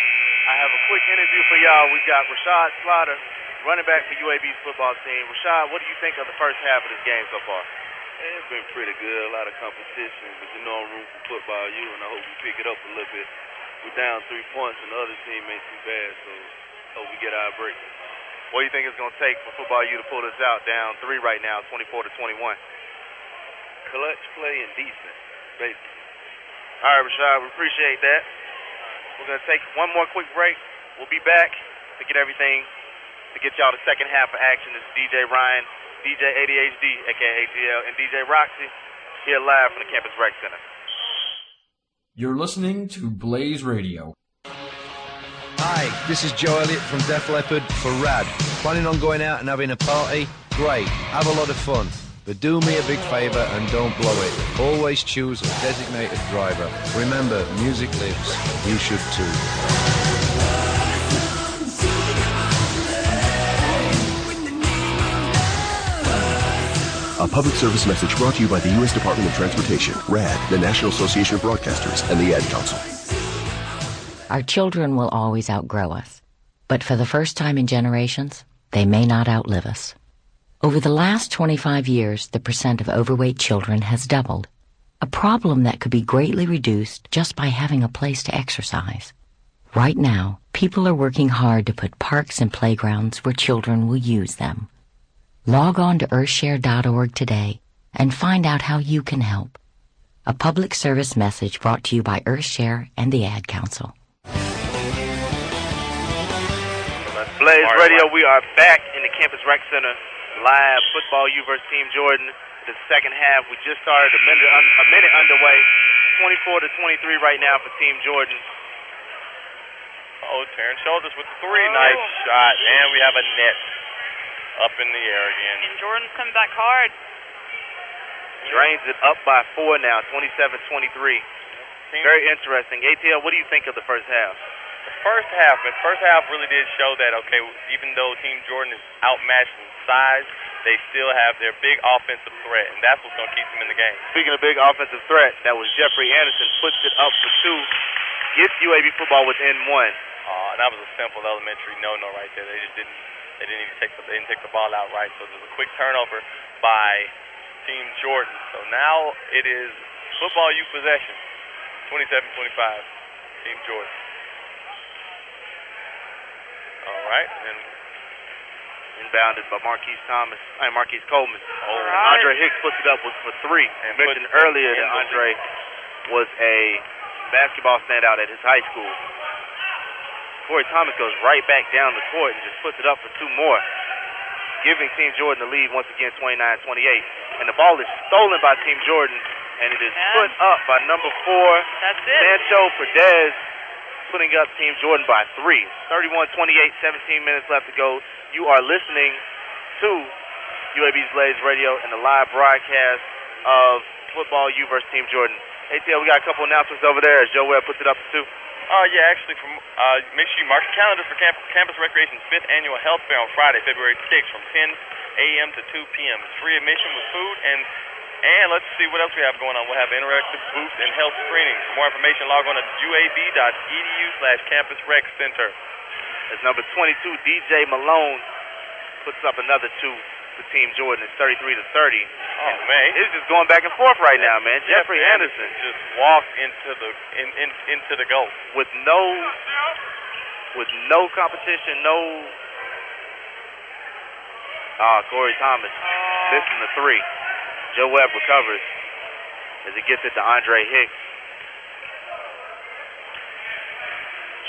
Speaker 2: I have a quick interview for y'all. We've got Rashad Slaughter, running back for UAB's football team. Rashad, what do you think of the first half of this game so far?
Speaker 20: It's been pretty good, a lot of competition, but you know I'm room for football you and I hope we pick it up a little bit. We're down three points and the other team ain't too bad, so hope we get our break.
Speaker 2: What do you think it's going to take for Football U to pull this out? Down three right now, 24 to 21.
Speaker 21: Clutch play and defense, basically.
Speaker 2: All right, Rashad, we appreciate that. We're going to take one more quick break. We'll be back to get everything, to get y'all the second half of action. This is DJ Ryan, DJ ADHD, aka ATL, and DJ Roxy here live from the Campus Rec Center.
Speaker 6: You're listening to Blaze Radio.
Speaker 22: Hi, this is Joe Elliott from Def Leppard for Rad. Planning on going out and having a party? Great, have a lot of fun. But do me a big favour and don't blow it. Always choose a designated driver. Remember, music lives. You should too.
Speaker 23: A public service message brought to you by the U.S. Department of Transportation, RAD, the National Association of Broadcasters, and the Ad Council.
Speaker 15: Our children will always outgrow us, but for the first time in generations, they may not outlive us. Over the last 25 years, the percent of overweight children has doubled, a problem that could be greatly reduced just by having a place to exercise. Right now, people are working hard to put parks and playgrounds where children will use them. Log on to earthshare.org today and find out how you can help. A public service message brought to you by Earthshare and the Ad Council.
Speaker 2: Blaze Radio, we are back in the Campus Rec Center live. Football U versus Team Jordan. The second half, we just started a minute, un, a minute underway. 24 to 23 right now for Team Jordan.
Speaker 3: Oh, Terrence Shoulders with the
Speaker 2: three.
Speaker 3: Nice shot, and we have a net up in the air again.
Speaker 4: And Jordan's coming back hard.
Speaker 2: Drains it up by four now, 27-23. Very interesting. ATL, what do you think of the first half?
Speaker 3: First half, but first half really did show that okay, even though Team Jordan is outmatched in size, they still have their big offensive threat, and that's what's going to keep them in the game.
Speaker 2: Speaking of big offensive threat, that was Jeffrey Anderson. Puts it up for two. Gets UAB football within one.
Speaker 3: Uh, and that was a simple elementary no-no right there. They just didn't they didn't even take the they didn't take the ball out right. So there's a quick turnover by Team Jordan. So now it is football you possession. 27-25, Team Jordan.
Speaker 2: All right, and inbounded by Marquise Thomas. I mean Marquise Coleman. Oh,
Speaker 3: right.
Speaker 2: Andre Hicks puts it up with for three.
Speaker 3: And
Speaker 2: Mentioned
Speaker 3: puts it
Speaker 2: earlier
Speaker 3: in
Speaker 2: that
Speaker 3: the-
Speaker 2: Andre was a basketball standout at his high school. Corey Thomas goes right back down the court and just puts it up for two more, giving Team Jordan the lead once again, 29-28. And the ball is stolen by Team Jordan, and it is put up by number four,
Speaker 4: That's it.
Speaker 2: Sancho Perdez, putting up Team Jordan by three. 31-28, 17 minutes left to go. You are listening to UAB's Blaze Radio and the live broadcast of Football U versus Team Jordan. ATL, we got a couple announcements over there as Joe Webb puts it up to two.
Speaker 3: Uh, yeah, actually, from uh, make sure you mark your calendar for Camp- Campus Recreation's fifth annual health fair on Friday, February 6th, from 10 a.m. to 2 p.m. It's free admission with food and and let's see what else we have going on. We'll have interactive booths and health screenings. For more information, log on to uab.edu slash campus rec center.
Speaker 2: As number 22, DJ Malone puts up another two for Team Jordan. It's 33 to 30.
Speaker 3: Oh, man.
Speaker 2: It's just going back and forth right now, man.
Speaker 3: Jeff
Speaker 2: Jeffrey
Speaker 3: Anderson
Speaker 2: Anderson
Speaker 3: just walked into the in, in, into the goal.
Speaker 2: with no with no competition, no. Ah, Corey Thomas missing the three. Joe Webb recovers as he gets it to Andre Hicks.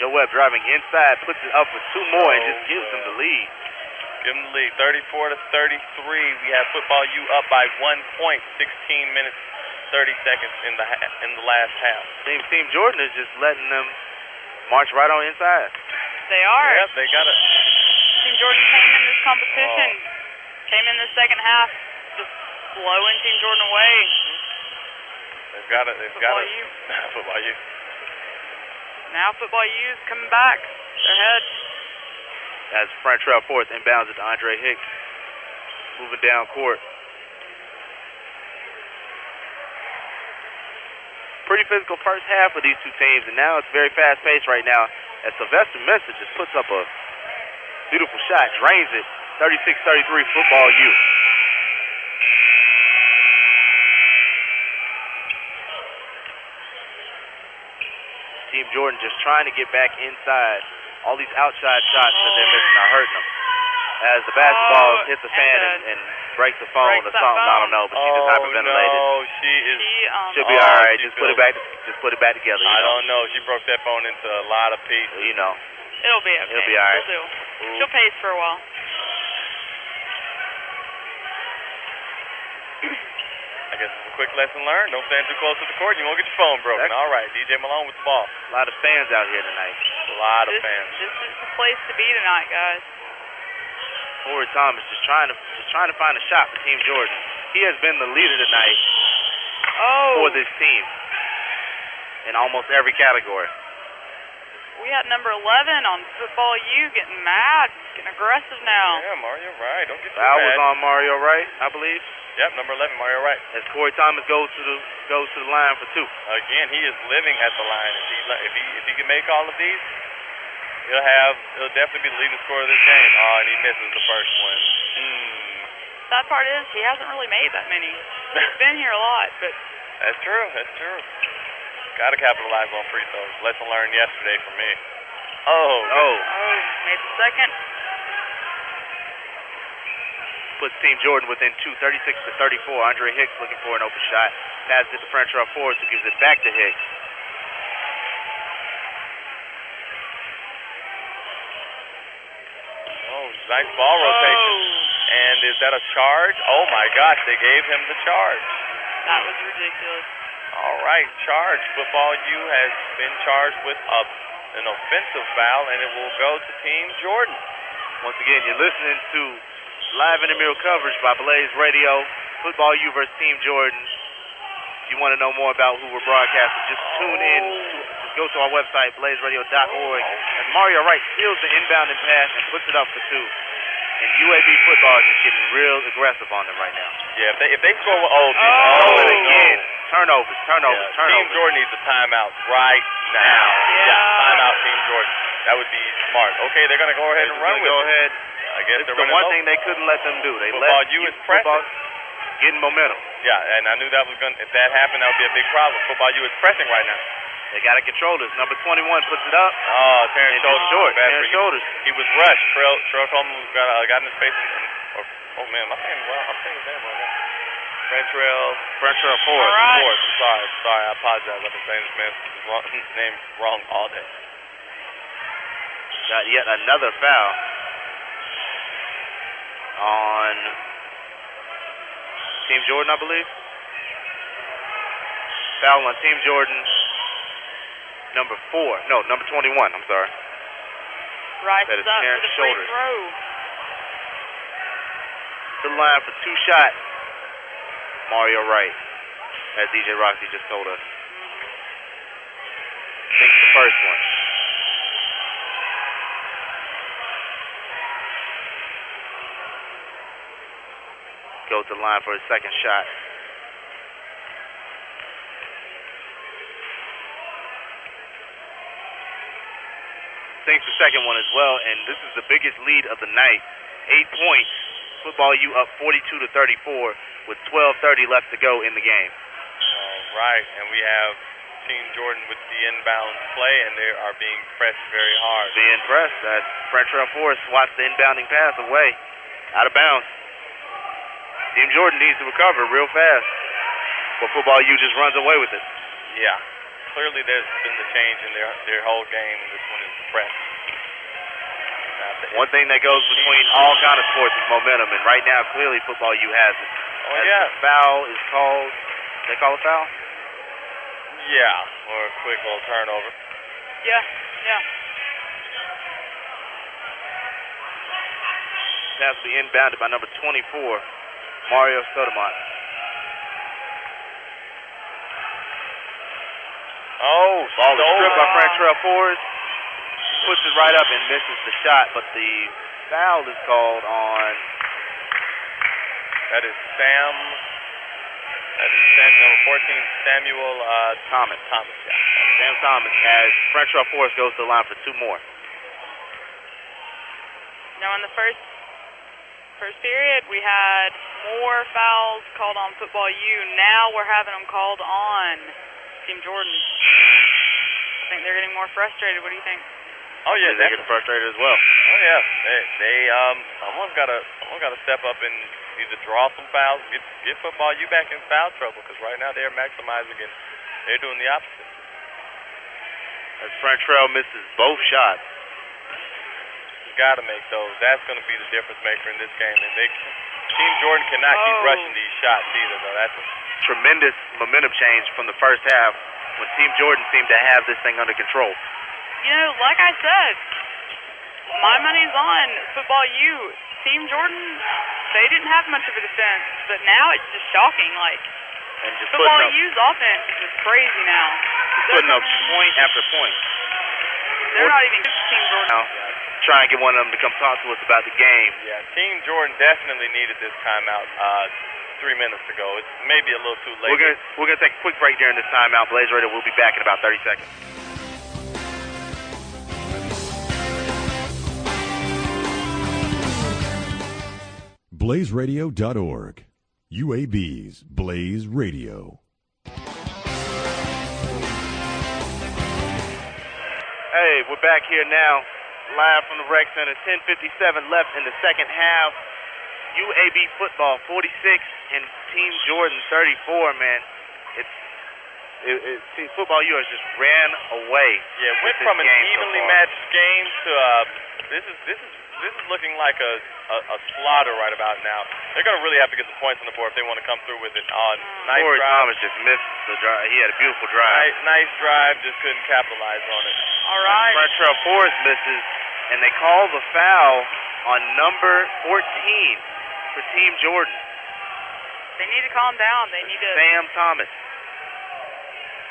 Speaker 2: Joe Webb driving inside, puts it up for two more, and just gives them the lead.
Speaker 3: Give them the lead, 34 to 33. We have football U up by one point, 16 minutes, 30 seconds in the ha- in the last half.
Speaker 2: Team Team Jordan is just letting them march right on inside.
Speaker 4: They are.
Speaker 3: Yep, they got it.
Speaker 4: Team Jordan came in this competition,
Speaker 3: Oh.
Speaker 4: came in the second half, just blowing Team Jordan away.
Speaker 3: They've got it. They've got
Speaker 4: Football
Speaker 3: it. Football U.
Speaker 4: Now football U's coming back. They're ahead.
Speaker 2: As Frantrell Forth inbounds it to Andre Hicks, moving down court. Pretty physical first half of these two teams, and now it's very fast paced right now. As Sylvester Mensah just puts up a beautiful shot, drains it. 36 33 football U. Team Jordan just trying to get back inside. All these outside shots that they're missing are hurting them.
Speaker 3: as the basketball hits the fan Oh, and, and breaks the phone or something. I don't know, but she just hyperventilated.
Speaker 2: Oh, she is.
Speaker 4: um,
Speaker 3: She'll be
Speaker 2: oh,
Speaker 3: all right.
Speaker 2: she
Speaker 3: Just put it
Speaker 2: feels-
Speaker 3: back. Just put it back together.
Speaker 2: I don't know. She broke that phone into a lot of pieces.
Speaker 3: You know.
Speaker 4: It'll be okay.
Speaker 3: It'll be all right. Mm.
Speaker 4: She'll do. She'll pace for a while.
Speaker 2: I guess it's a quick lesson learned. Don't stand too close to the court. You won't get your phone broken.
Speaker 3: That's-
Speaker 2: All right, DJ Malone with the ball.
Speaker 3: A lot of fans out here tonight.
Speaker 2: A lot of
Speaker 3: This-
Speaker 2: fans.
Speaker 4: This is the place to be tonight, guys.
Speaker 3: Corey Thomas just trying to just trying to find a shot for Team Jordan. He has been the leader tonight
Speaker 4: Oh,
Speaker 3: for this team in almost every category.
Speaker 4: we had number 11 on Football U getting mad, getting aggressive now.
Speaker 2: Oh. Yeah, Mario Wright. Don't get too
Speaker 3: Foul was
Speaker 2: mad.
Speaker 3: on Mario Wright, I believe.
Speaker 2: Yep, number 11, Mario Wright.
Speaker 3: As Corey Thomas goes to the goes to the line for two.
Speaker 2: Again, he is living at the line. If he if he if he can make all of these, he'll have he'll definitely be the leading scorer of this game. Oh, and he misses the first one. Mm,
Speaker 4: Sad part is he hasn't really made that many. He's been here a lot, but
Speaker 2: that's true. That's true. Got to capitalize on free throws. Lesson learned yesterday for me. Oh,
Speaker 3: Oh,
Speaker 4: oh, made the second.
Speaker 3: puts Team Jordan within two, 36 to 34. Andre Hicks looking for an open shot. Pass it to Francois Forrest, who gives it back to Hicks.
Speaker 2: oh, nice ball
Speaker 3: Oh.
Speaker 2: rotation.
Speaker 4: Oh,
Speaker 2: And is that a charge? Oh my gosh, they gave him the charge.
Speaker 4: That was ridiculous.
Speaker 2: All right, charge. Football U has been charged with a, an offensive foul, and it will go to Team Jordan.
Speaker 3: Once again, you're listening to live in the mirror coverage by Blaze Radio, Football U versus Team Jordan. If you want to know more about who we're broadcasting, just tune in. Just go to our website, blazeradio.org. As Mario Wright steals the inbound and pass and puts it up for two. And UAB football is just getting real aggressive on them right now.
Speaker 2: Yeah, if they, if they score, oh, oh,
Speaker 3: Oh, and again, turnovers, turnovers,
Speaker 2: Yeah, Team
Speaker 3: turnovers.
Speaker 2: Jordan needs a timeout right now. Yeah. timeout, Team Jordan. That would be smart. Okay, they're going to go ahead and
Speaker 3: They're
Speaker 2: run
Speaker 3: gonna
Speaker 2: with it.
Speaker 3: go ahead.
Speaker 2: I guess
Speaker 3: It's
Speaker 2: they're
Speaker 3: the
Speaker 2: running
Speaker 3: one
Speaker 2: low.
Speaker 3: thing they couldn't let them do. They
Speaker 2: Football
Speaker 3: let
Speaker 2: U
Speaker 3: youth
Speaker 2: is pressing.
Speaker 3: football getting momentum.
Speaker 2: Yeah, and I knew that was going. If that happened, that would be a big problem. Football U is pressing right now.
Speaker 3: They got to control this. Number 21 puts it up.
Speaker 2: Oh, Terrence
Speaker 3: And it's
Speaker 2: Shoulders.
Speaker 3: short.
Speaker 2: Bad for
Speaker 3: Terrence
Speaker 2: you.
Speaker 3: Shoulders.
Speaker 2: He was rushed. Trail, Trail Coleman was got, uh, got in his face. And, and, or, oh, man, I'm saying, well, I'm saying his name right now. Frentrell. Frentrell Ford.
Speaker 3: All right.
Speaker 2: Ford. I'm sorry. I'm sorry. I apologize. I've been saying this man's wrong- his name wrong all day.
Speaker 3: Got yet another foul on Team Jordan, I believe. Foul on Team Jordan, number four. No, number 21. I'm sorry.
Speaker 4: Rice
Speaker 3: That
Speaker 4: is
Speaker 3: is
Speaker 4: up for
Speaker 3: Terrence
Speaker 4: the
Speaker 3: Shoulders.
Speaker 4: free throw.
Speaker 3: To the line for two shots. Mario Wright, as DJ Roxy just told us. Takes the first one. Goes to the line for his second shot. Takes the second one as well, and this is the biggest lead of the night. Eight points. Football U up 42 to 34 with 12:30 left to go in the game.
Speaker 2: All right, and we have Team Jordan with the inbound play, and they are being pressed very hard.
Speaker 3: Being pressed, that French Trail Forest swats the inbounding pass away, out of bounds. Team Jordan needs to recover real fast, but Football U just runs away with it.
Speaker 2: Yeah. Clearly, there's been the change in their their whole game, and this one is press.
Speaker 3: One thing that goes between all kind of sports is momentum, and right now clearly Football U has it.
Speaker 2: Oh,
Speaker 3: As
Speaker 2: yeah.
Speaker 3: the foul is called. They call a foul.
Speaker 2: Yeah, or a quick little turnover.
Speaker 4: Yeah, yeah.
Speaker 3: Pass will be inbounded by number 24, Mario Sotomayor.
Speaker 2: Oh,
Speaker 3: Ball
Speaker 2: stolen.
Speaker 3: is stripped by Frantrell Forrest. Puts it right up and misses the shot, but the foul is called on.
Speaker 2: That is Sam. That is Sam, number 14, Samuel uh,
Speaker 3: Thomas.
Speaker 2: Thomas. Yeah.
Speaker 3: Sam Thomas as Frantrell Forrest goes to the line for two more.
Speaker 4: Now in the first first period, we had more fouls called on Football U. Now we're having them called on Team Jordan. I think they're getting more frustrated. What do you think?
Speaker 2: Oh yeah,
Speaker 3: they get frustrated as well.
Speaker 2: Oh yeah. They, they um, someone's got to someone's got to step up and either draw some fouls, get get football you back in foul trouble because right now they're maximizing and they're doing the opposite.
Speaker 3: As Frantrell misses both shots.
Speaker 2: You got to make those. That's going to be the difference maker in this game. And they, Team Jordan cannot keep
Speaker 3: Oh.
Speaker 2: rushing these shots either, though. That's a,
Speaker 3: Tremendous momentum change from the first half when Team Jordan seemed to have this thing under control.
Speaker 4: You know, like I said, my money's on football. U. Team Jordan, they didn't have much of a defense, but now it's just shocking. Like
Speaker 3: And just
Speaker 4: football
Speaker 3: putting up,
Speaker 4: U's offense is just crazy now.
Speaker 3: just putting up point after point.
Speaker 4: They're not even Team Jordan.
Speaker 3: Now, try and get one of them to come talk to us about the game.
Speaker 2: yeah. Team Jordan definitely needed this timeout. Uh, three minutes to go. It's maybe a little too late.
Speaker 3: We're gonna we're gonna take a quick break during this timeout. Blaze Raider will be back in about 30 seconds.
Speaker 10: BlazeRadio.org. UAB's Blaze Radio.
Speaker 3: Hey, we're back here now, live from the rec center. 10:57 left in the second half. UAB football 46 and Team Jordan 34. Man, it's it, it, see, football. You has just ran away.
Speaker 2: Yeah, went
Speaker 3: with this
Speaker 2: from an
Speaker 3: game so
Speaker 2: evenly
Speaker 3: far.
Speaker 2: matched game to uh, this is this is this is looking like a, a, a slaughter right about now. They're going to really have to get some points on the board if they want to come through with it. On nice
Speaker 3: Corey
Speaker 2: drive,
Speaker 3: Thomas just missed the drive. He had a beautiful drive.
Speaker 2: nice, nice drive, just couldn't capitalize on it.
Speaker 4: All right.
Speaker 3: Montreal Forest misses, and they call the foul on number 14 for Team Jordan,
Speaker 4: They need to calm down. They need to
Speaker 3: Sam Thomas.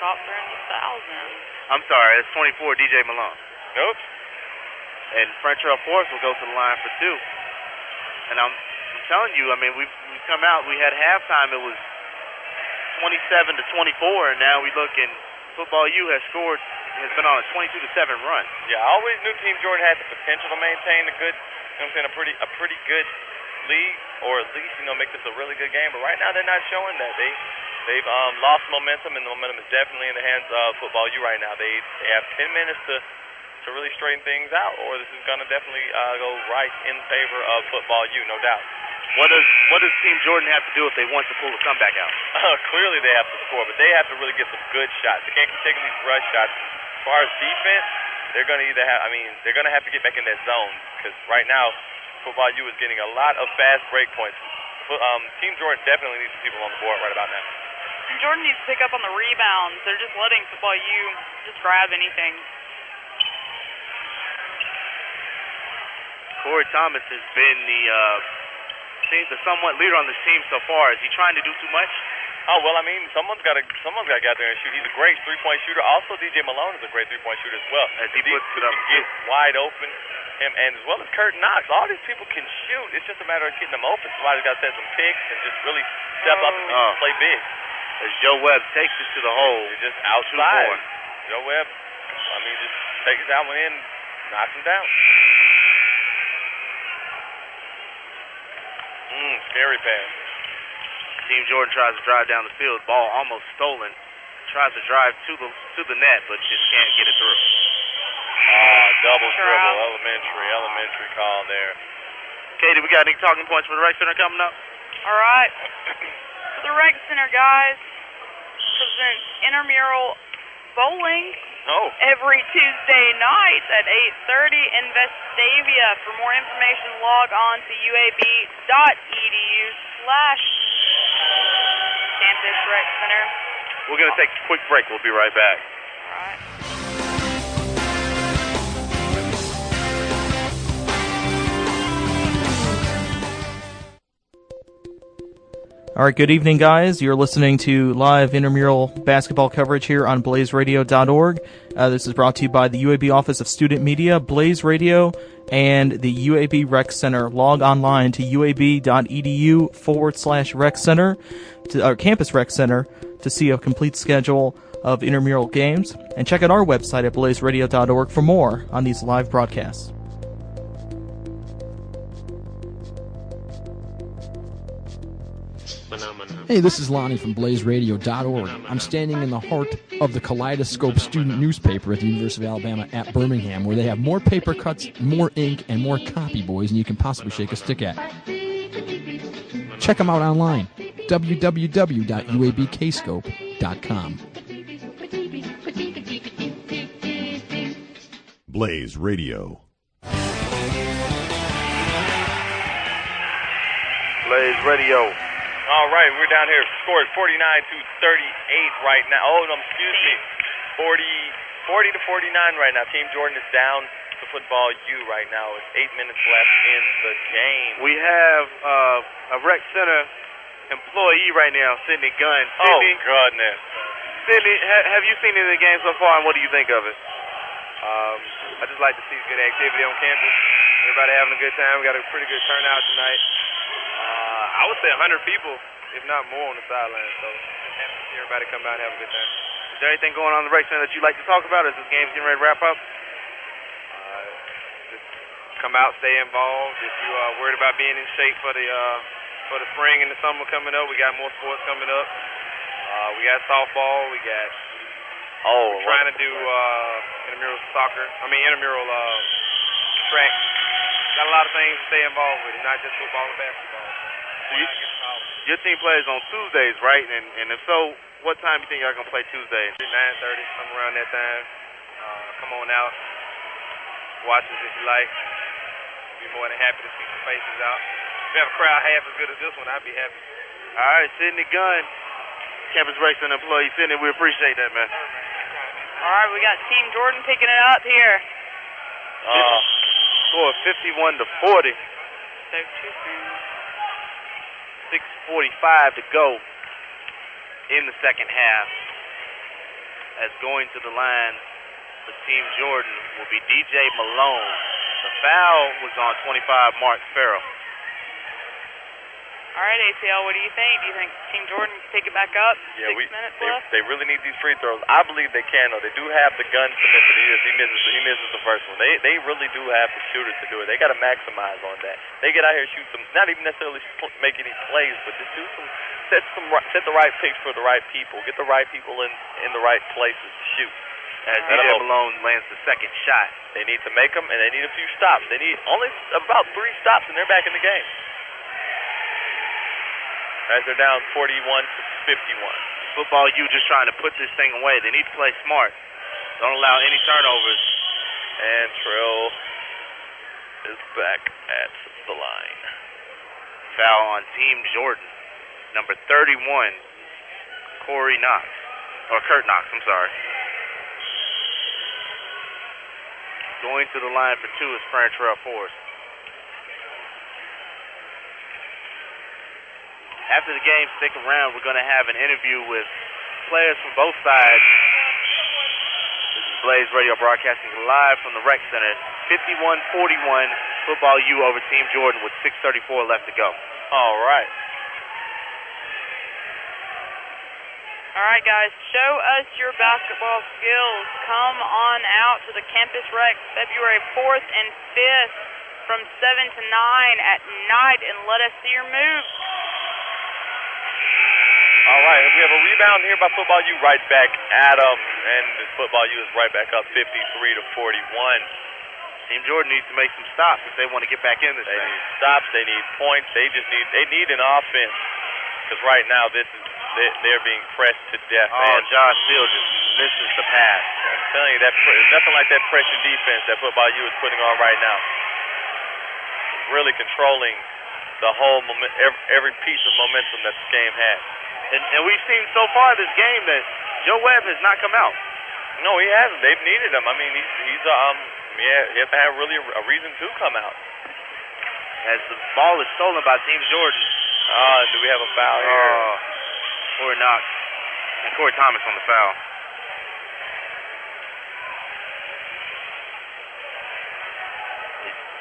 Speaker 4: stop throwing these fouls now.
Speaker 3: I'm sorry, it's 24, DJ Malone.
Speaker 2: Nope.
Speaker 3: And Frentrell Forest will go to the line for two. And I'm, I'm telling you, I mean, we've, we've come out, we had halftime, it was 27 to 24, and now we look and Football U has scored, has been on a 22 to 7 run.
Speaker 2: Yeah, I always knew Team Jordan had the potential to maintain a good, you know what I'm saying, a pretty a pretty good league, or at least you know make this a really good game. But right now they're not showing that. They they've um, lost momentum, and the momentum is definitely in the hands of football U right now. They they have 10 minutes to to really straighten things out, or this is going to definitely uh, go right in favor of football U, no doubt.
Speaker 3: What does, what does Team Jordan have to do if they want to pull a comeback out?
Speaker 2: Clearly they have to score, but they have to really get some good shots. They can't keep taking these rush shots. As far as defense, they're going to either have, I mean, they're going to have to get back in that zone because right now, football U is getting a lot of fast break points. Fo- Um, Team Jordan definitely needs people on the board right about now.
Speaker 4: And Jordan needs to pick up on the rebounds. They're just letting football U just grab anything.
Speaker 3: Corey Thomas has been the uh, seems the somewhat leader on this team so far. Is he trying to do too much?
Speaker 2: Oh well, I mean, someone's got to someone's got to get out there and shoot. He's a great three-point shooter. Also, DJ Malone is a great three-point shooter as well.
Speaker 3: As he
Speaker 2: These
Speaker 3: puts
Speaker 2: two
Speaker 3: it up,
Speaker 2: can get wide open, him and as well as Kurt Knox. All these people can shoot. It's just a matter of getting them open. Somebody's got to set some picks and just really step up and be-
Speaker 3: Oh.
Speaker 2: play big.
Speaker 3: as Joe Webb takes it to the hole,
Speaker 2: They're just
Speaker 3: two
Speaker 2: outside.
Speaker 3: more.
Speaker 2: Joe Webb, I mean, just takes that one in, knocks him down. Mm, scary pass.
Speaker 3: Team Jordan tries to drive down the field, ball almost stolen. Tries to drive to the to the net, but just can't get it through.
Speaker 2: Ah, double
Speaker 3: Sure.
Speaker 2: dribble, elementary, elementary call there.
Speaker 3: Katie, we got any talking points for the right center coming up?
Speaker 4: All right. For the rec center guys presents intramural bowling
Speaker 2: Oh.
Speaker 4: every Tuesday night at 8:30 in Vestavia. For more information, log on to E uab.edu/slash campus rec center.
Speaker 3: We're gonna take a quick break. We'll be right back.
Speaker 11: All right, good evening, guys. You're listening to live intramural basketball coverage here on blazeradio.org. Uh, this is brought to you by the UAB Office of Student Media, Blaze Radio, and the UAB Rec Center. Log online to uab.edu E forward slash rec center, to, or campus rec center, to see a complete schedule of intramural games. And check out our website at blazeradio.org for more on these live broadcasts.
Speaker 7: Hey, this is Lonnie from BlazeRadio.org. I'm standing in the heart of the Kaleidoscope student newspaper at the University of Alabama at Birmingham, where they have more paper cuts, more ink, and more copy boys than you can possibly shake a stick at. Check them out online www.uabkscope.com.
Speaker 10: Blaze Radio.
Speaker 2: Blaze Radio. All right, we're down here. Score is 49 to 38 right now. Oh, no, excuse me. 40, 40 to 49 right now. Team Jordan is down to football U right now. It's eight minutes left in the game.
Speaker 3: We have uh, a rec center employee right now, Sidney Gunn.
Speaker 2: Oh,
Speaker 3: Sidney,
Speaker 2: goodness.
Speaker 3: Sidney, ha- have you seen any of the games so far, and what do you think of it?
Speaker 21: Um, I just like to see good activity on campus. Everybody having a good time. We got a pretty good turnout tonight. Uh, I would say 100 people, if not more, on the sidelines. So just happy to see everybody come out and have a good time.
Speaker 3: Is there anything going on in the rec center that you'd like to talk about? Is this game getting ready to wrap up?
Speaker 21: Uh, just come out, stay involved. If you are worried about being in shape for the uh, for the spring and the summer coming up, we got more sports coming up. Uh, we got softball. We got
Speaker 2: Oh,
Speaker 21: we're trying to do uh, intramural soccer. I mean intramural uh, track. Got a lot of things to stay involved with, not just football and basketball.
Speaker 3: So you, your team plays on Tuesdays, right? And, and if so, what time do you think y'all gonna play Tuesdays?
Speaker 21: 9:30, something around that time. Uh, come on out, watch us if you like. Be more than happy to see some faces out. If we have a crowd half as good as this one, I'd be happy.
Speaker 3: All right, Sydney Gunn, campus rec center employee. Sydney, we appreciate that, man.
Speaker 4: All right, we got Team Jordan picking it up here.
Speaker 3: Uh, score 51 to 40.
Speaker 4: So two points.
Speaker 3: 6:45 to go in the second half. As going to the line for Team Jordan will be DJ Malone. The foul was on 25 Mark Farrell.
Speaker 4: All right, ACL, what do you think? Do you think Team Jordan can pick it back up?
Speaker 2: Yeah,
Speaker 4: Six
Speaker 2: we,
Speaker 4: minutes
Speaker 2: they,
Speaker 4: left.
Speaker 2: they really need these free throws. I believe they can though. They do have the guns to miss it. He, he misses he misses the first one. They they really do have the shooters to do it. They got to maximize on that. They get out here shoot some, not even necessarily pl- make any plays, but just do some set some ri- set the right picks for the right people. Get the right people in in the right places to shoot.
Speaker 3: As
Speaker 2: That'll
Speaker 3: DJ
Speaker 2: help.
Speaker 3: Malone lands the second shot.
Speaker 2: They need to make them, and they need a few stops. They need only about three stops, and they're back in the game. As they're down 41 to 51.
Speaker 3: Football U just trying to put this thing away. They need to play smart. Don't allow any turnovers.
Speaker 2: And Trill is back at the line.
Speaker 3: Foul on Team Jordan. Number 31, Corey Knox. Or Kurt Knox, I'm sorry. Going to the line for two is Frantrell Forrest. After the game, stick around. We're going to have an interview with players from both sides. This is Blaze Radio broadcasting live from the Rec Center. 51-41, Football U over Team Jordan with 6.34 left to go.
Speaker 2: All right.
Speaker 4: All right, guys, show us your basketball skills. Come on out to the Campus Rec February 4th and 5th from 7 to 9 at night and let us see your moves.
Speaker 2: All right, and we have a rebound here by Football U right back at 'em, and Football U is right back up 53 to 41.
Speaker 3: Team Jordan needs to make some stops if they want to get back in this
Speaker 2: They
Speaker 3: thing.
Speaker 2: need stops, they need points, they just need they need an offense because right now this is they, they're being pressed to death.
Speaker 3: Oh,
Speaker 2: man.
Speaker 3: Josh Steele just misses the pass.
Speaker 2: I'm telling you that pre- there's nothing like that pressure defense that Football U is putting on right now. Really controlling the whole momen- ev- every piece of momentum that this game has.
Speaker 3: And, and we've seen so far this game that Joe Webb has not come out.
Speaker 2: No, he hasn't. They've needed him. I mean, he's he's um yeah, he has to have really a, a reason to come out.
Speaker 3: As the ball is stolen by Team Jordan.
Speaker 2: Uh, do we have a foul here?
Speaker 3: Oh, Corey Knox. And Corey Thomas on the foul.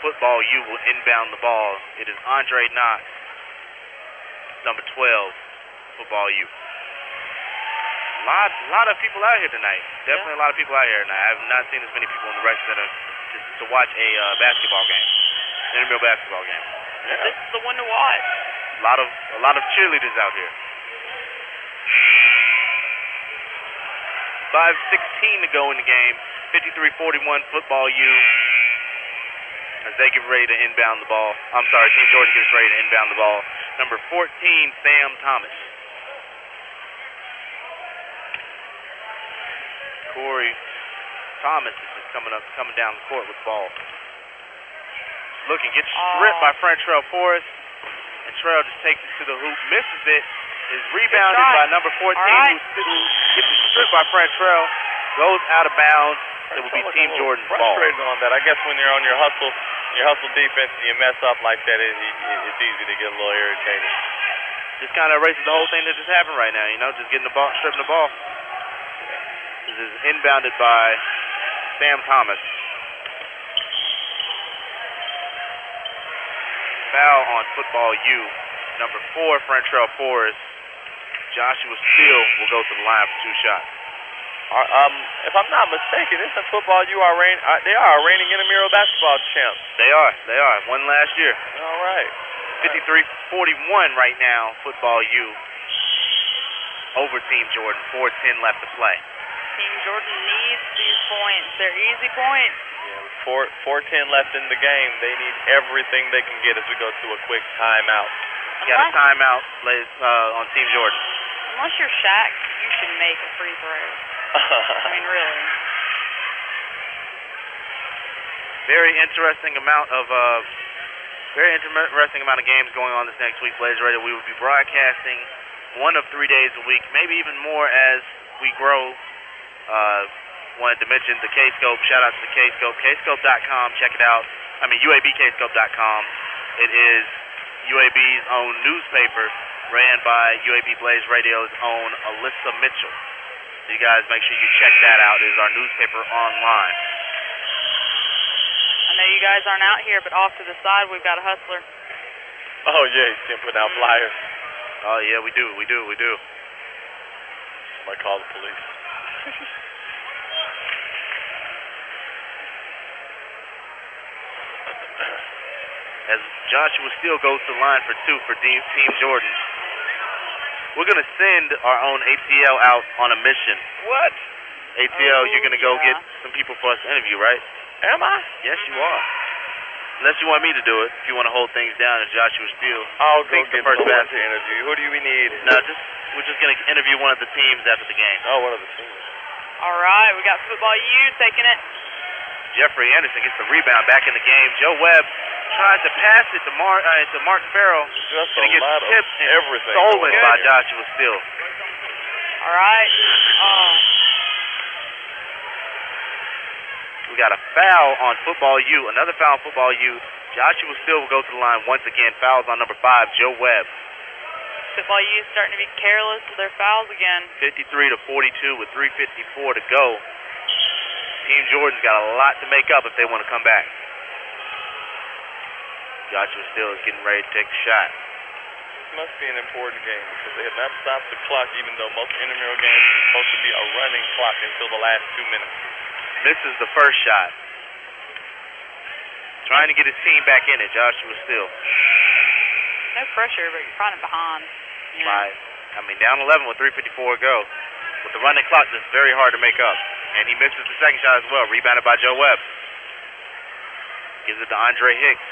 Speaker 3: Football U will inbound the ball. It is Andre Knox, number 12, Football U. lot, lot of people out here tonight. Definitely a lot of people out here tonight. I have not seen as many people in the rec center to, to watch a uh, basketball game, intramural basketball game.
Speaker 4: This is the one to watch.
Speaker 3: A lot of a lot of cheerleaders out here. 5:16 to go in the game. 53-41 football U. As they get ready to inbound the ball. I'm sorry, Team Jordan gets ready to inbound the ball. Number 14, Sam Thomas. Corey Thomas is just coming up, coming down the court with the ball. Looking, gets stripped by Frantrell Forrest, and Trell just takes it to the hoop, misses it, is rebounded
Speaker 21: try.
Speaker 3: by number
Speaker 21: All
Speaker 3: 14,
Speaker 21: right.
Speaker 3: who, who gets it stripped by Frantrell, goes out of bounds. It will be Team Jordan's ball.
Speaker 2: frustrated on that. I guess when you're on your hustle, your hustle defense, and you mess up like that, it, it, it's easy to get a little irritated.
Speaker 3: Just kind of erases the whole thing that just happened right now, you know, just getting the ball, stripping the ball. This is inbounded by Sam Thomas. Foul on football U. Number four, Frantrell Forrest. Joshua Steele will go to the line for two shots.
Speaker 2: Uh, Um, if I'm not mistaken, this is football. You are reign, uh, they are a reigning intramural basketball champ.
Speaker 3: They are. They are. One last year.
Speaker 2: All right.
Speaker 3: 53-41 right now, football U. Over Team Jordan. 4.10 left to play.
Speaker 4: Team Jordan needs these points. They're easy points.
Speaker 2: Four four ten left in the game. They need everything they can get as we go to a quick timeout.
Speaker 3: Got a timeout ladies, uh, on Team Jordan.
Speaker 4: Unless you're Shaq, you should make a free throw. I mean, really.
Speaker 3: Very interesting amount of uh, very interesting amount of games going on this next week, Blaze Radio. We will be broadcasting one of three days a week, maybe even more as we grow. Uh, wanted to mention the K-Scope. Shout out to the K-Scope. Kscope.com. Check it out. I mean UABKscope.com. It is UAB's own newspaper ran by UAB Blaze Radio's own Alyssa Mitchell. So you guys make sure you check that out. It is our newspaper online.
Speaker 4: I know you guys aren't out here, but off to the side, we've got a hustler.
Speaker 2: Oh yeah, he's putting out flyers.
Speaker 3: Oh yeah, we do, we do, we do.
Speaker 2: Somebody call the police.
Speaker 3: As Joshua Steele goes to the line for two for Team Team Jordan. We're gonna send our own ATL out on a mission.
Speaker 2: What?
Speaker 3: ATL, you're gonna go
Speaker 2: yeah.
Speaker 3: get some people for us to interview, right?
Speaker 2: Am I?
Speaker 3: Yes, you are. Unless you want me to do it, if you want to hold things down, and Joshua Steele
Speaker 2: I'll go
Speaker 3: takes
Speaker 2: get
Speaker 3: the first
Speaker 2: someone to
Speaker 3: basket.
Speaker 2: interview. Who do we need?
Speaker 3: No, just we're just gonna interview one of the teams after the game.
Speaker 2: Oh, one of the teams.
Speaker 4: All right, we got football U taking it.
Speaker 3: Jeffrey Anderson gets the rebound back in the game. Joe Webb tries to pass it to, Mar- uh, to Mark Farrell,
Speaker 2: Just
Speaker 3: and
Speaker 2: a
Speaker 3: it gets
Speaker 2: lot of
Speaker 3: tipped and
Speaker 2: everything
Speaker 3: stolen
Speaker 2: going on
Speaker 3: by
Speaker 2: here.
Speaker 3: Joshua Steele.
Speaker 4: All right. Oh,
Speaker 3: We got a foul on football U. Another foul on football U. Joshua Steele will go to the line once again. Fouls on number five, Joe Webb.
Speaker 4: football U starting to be careless with their fouls again.
Speaker 3: 53 to 42 with 354 to go. Team Jordan's got a lot to make up if they want to come back. Joshua Steele is getting ready to take a shot.
Speaker 2: This must be an important game because they have not stopped the clock, even though most intramural games are supposed to be a running clock until the last two minutes.
Speaker 3: Misses the first shot. Trying to get his team back in it, Joshua Steele.
Speaker 4: No pressure, but you're kind of behind. Yeah.
Speaker 3: Right. I mean, down 11 with 3.54 to go. With the running clock, that's very hard to make up. And he misses the second shot as well, rebounded by Joe Webb. Gives it to Andre Hicks,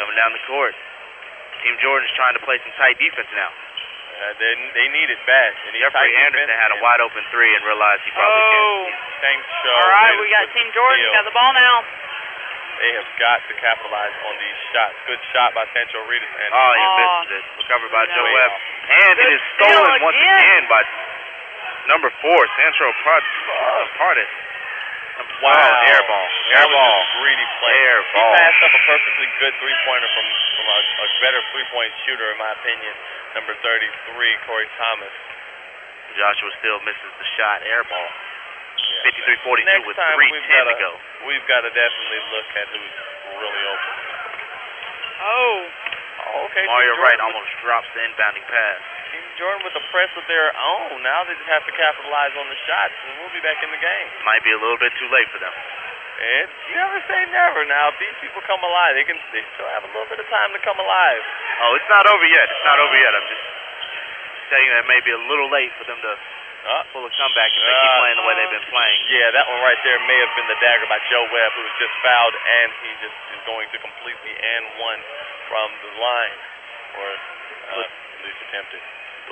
Speaker 3: coming down the court. Team Jordan's trying to play some tight defense now.
Speaker 2: Uh, they, they need it bad. And he's
Speaker 3: Jeffrey
Speaker 2: tight
Speaker 3: Anderson
Speaker 2: defense
Speaker 3: had a
Speaker 2: and
Speaker 3: wide open three and realized he probably
Speaker 4: Oh.
Speaker 3: can't.
Speaker 2: Thanks, uh, Joe.
Speaker 4: All right,
Speaker 2: They
Speaker 4: we got
Speaker 2: just-
Speaker 4: Team Jordan.
Speaker 2: steal.
Speaker 4: Got the ball now.
Speaker 2: They have got to capitalize on these shots. Good shot by Sancho Rita. And
Speaker 3: Oh, he
Speaker 4: Aw.
Speaker 3: misses it. Recovered by
Speaker 2: Yeah.
Speaker 3: Joe Webb. And it
Speaker 2: Good
Speaker 3: is stolen
Speaker 2: steal
Speaker 3: once
Speaker 2: again.
Speaker 3: again by number four, Sancho Part- Partis. Wow, air ball.
Speaker 2: That
Speaker 3: Air
Speaker 2: was
Speaker 3: ball.
Speaker 2: just greedy play.
Speaker 3: Air
Speaker 2: he
Speaker 3: ball.
Speaker 2: passed up a perfectly good three-pointer from, from a, a better three-point shooter, in my opinion, number 33, Corey Thomas.
Speaker 3: Joshua Steele misses the shot, air ball.
Speaker 2: Yeah.
Speaker 3: 53-42
Speaker 2: Next
Speaker 3: with
Speaker 2: time
Speaker 3: 3:10
Speaker 2: we've gotta,
Speaker 3: to go.
Speaker 2: We've got to definitely look at who's really open.
Speaker 4: Oh.
Speaker 2: Oh, okay.
Speaker 3: Mario
Speaker 2: Team
Speaker 3: Wright
Speaker 2: Jordan with-
Speaker 3: almost drops the inbounding pass.
Speaker 2: Team Jordan with a press of their own. Now they just have to capitalize on the shots, and we'll be back in the game.
Speaker 3: Might be a little bit too late for them.
Speaker 2: It's never say never. Now, if these people come alive, they can they still have a little bit of time to come alive.
Speaker 3: Oh, it's not over yet. It's not over yet. I'm just telling you that it may be a little late for them to pull a comeback if they keep
Speaker 2: Uh,
Speaker 3: playing the way they've been playing.
Speaker 2: Yeah, that one right there may have been the dagger by Joe Webb, who was just fouled, and he just is going to complete the and one from the line, or uh, at least attempted.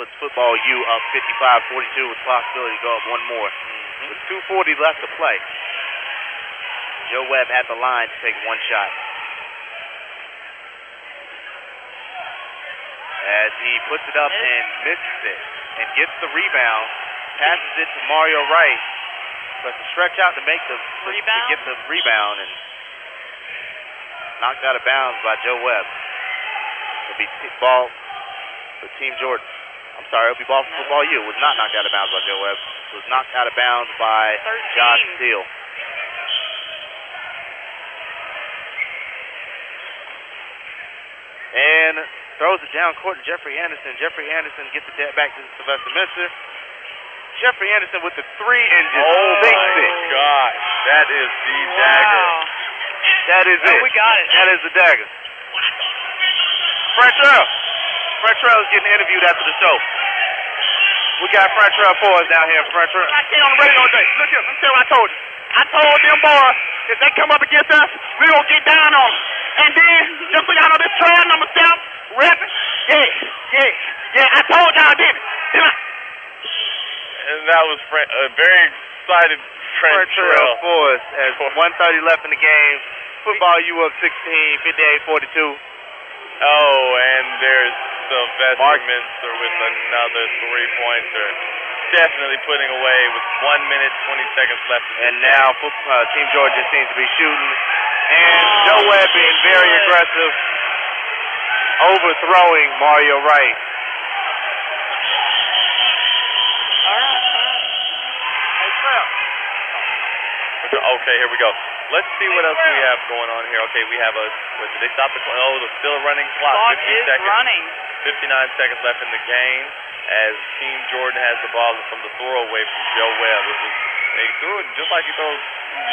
Speaker 3: Puts football U up 55-42 with possibility to go up one more.
Speaker 2: Mm-hmm.
Speaker 3: With 240 left to play. Joe Webb at the line to take one shot. As he puts it up and misses it and gets the rebound, passes it to Mario Wright. But to stretch out to make the to, to get the rebound and knocked out of bounds by Joe Webb. It'll be t- ball for Team Jordan. I'm sorry, it'll be ball for football U. Was not knocked out of bounds by Joe Webb. Was knocked out of bounds by Josh Steele. And throws it down court to Jeffrey Anderson. Jeffrey Anderson gets it back to Sylvester Minster. Jeffrey Anderson with the three and just
Speaker 2: Oh
Speaker 3: sinks
Speaker 2: my
Speaker 3: it.
Speaker 2: gosh, that is the dagger.
Speaker 3: That is
Speaker 2: Oh,
Speaker 3: it.
Speaker 2: we got it.
Speaker 3: That is the dagger. Frantrell. Frantrell is getting interviewed after the show. We got Frantrell Forbes down here. Frantrell.
Speaker 1: I said on the radio today, look here, let me tell you what I told you. I told them boys, if they come up against us, we gonna get down on them. And then, just so y'all know, this trial number seven, rapping, yeah, yeah, yeah, I told y'all, didn't it? Didn't I?
Speaker 2: And that was Fran- a very excited Trent
Speaker 3: Trail
Speaker 2: Trail.
Speaker 3: Force as 130 left in the game. Football U up 16, 58 42.
Speaker 2: Oh, and there's Sylvester Minster with another three pointer. Definitely putting away with 1 minute 20 seconds left. in
Speaker 3: And
Speaker 2: this
Speaker 3: now
Speaker 2: game.
Speaker 3: fo- uh, Team Georgia seems to be shooting. And Joe Webb being very aggressive, overthrowing Mario Wright.
Speaker 2: Okay, here we go. Let's see what else we have going on here. Okay, we have a. Wait, did they stop the clock? Oh, there's still a running clock.
Speaker 4: Clock
Speaker 2: 15
Speaker 4: is
Speaker 2: seconds.
Speaker 4: running.
Speaker 2: 59 seconds left in the game as Team Jordan has the ball from the throwaway from Joe Webb. It was, they threw it just like he throws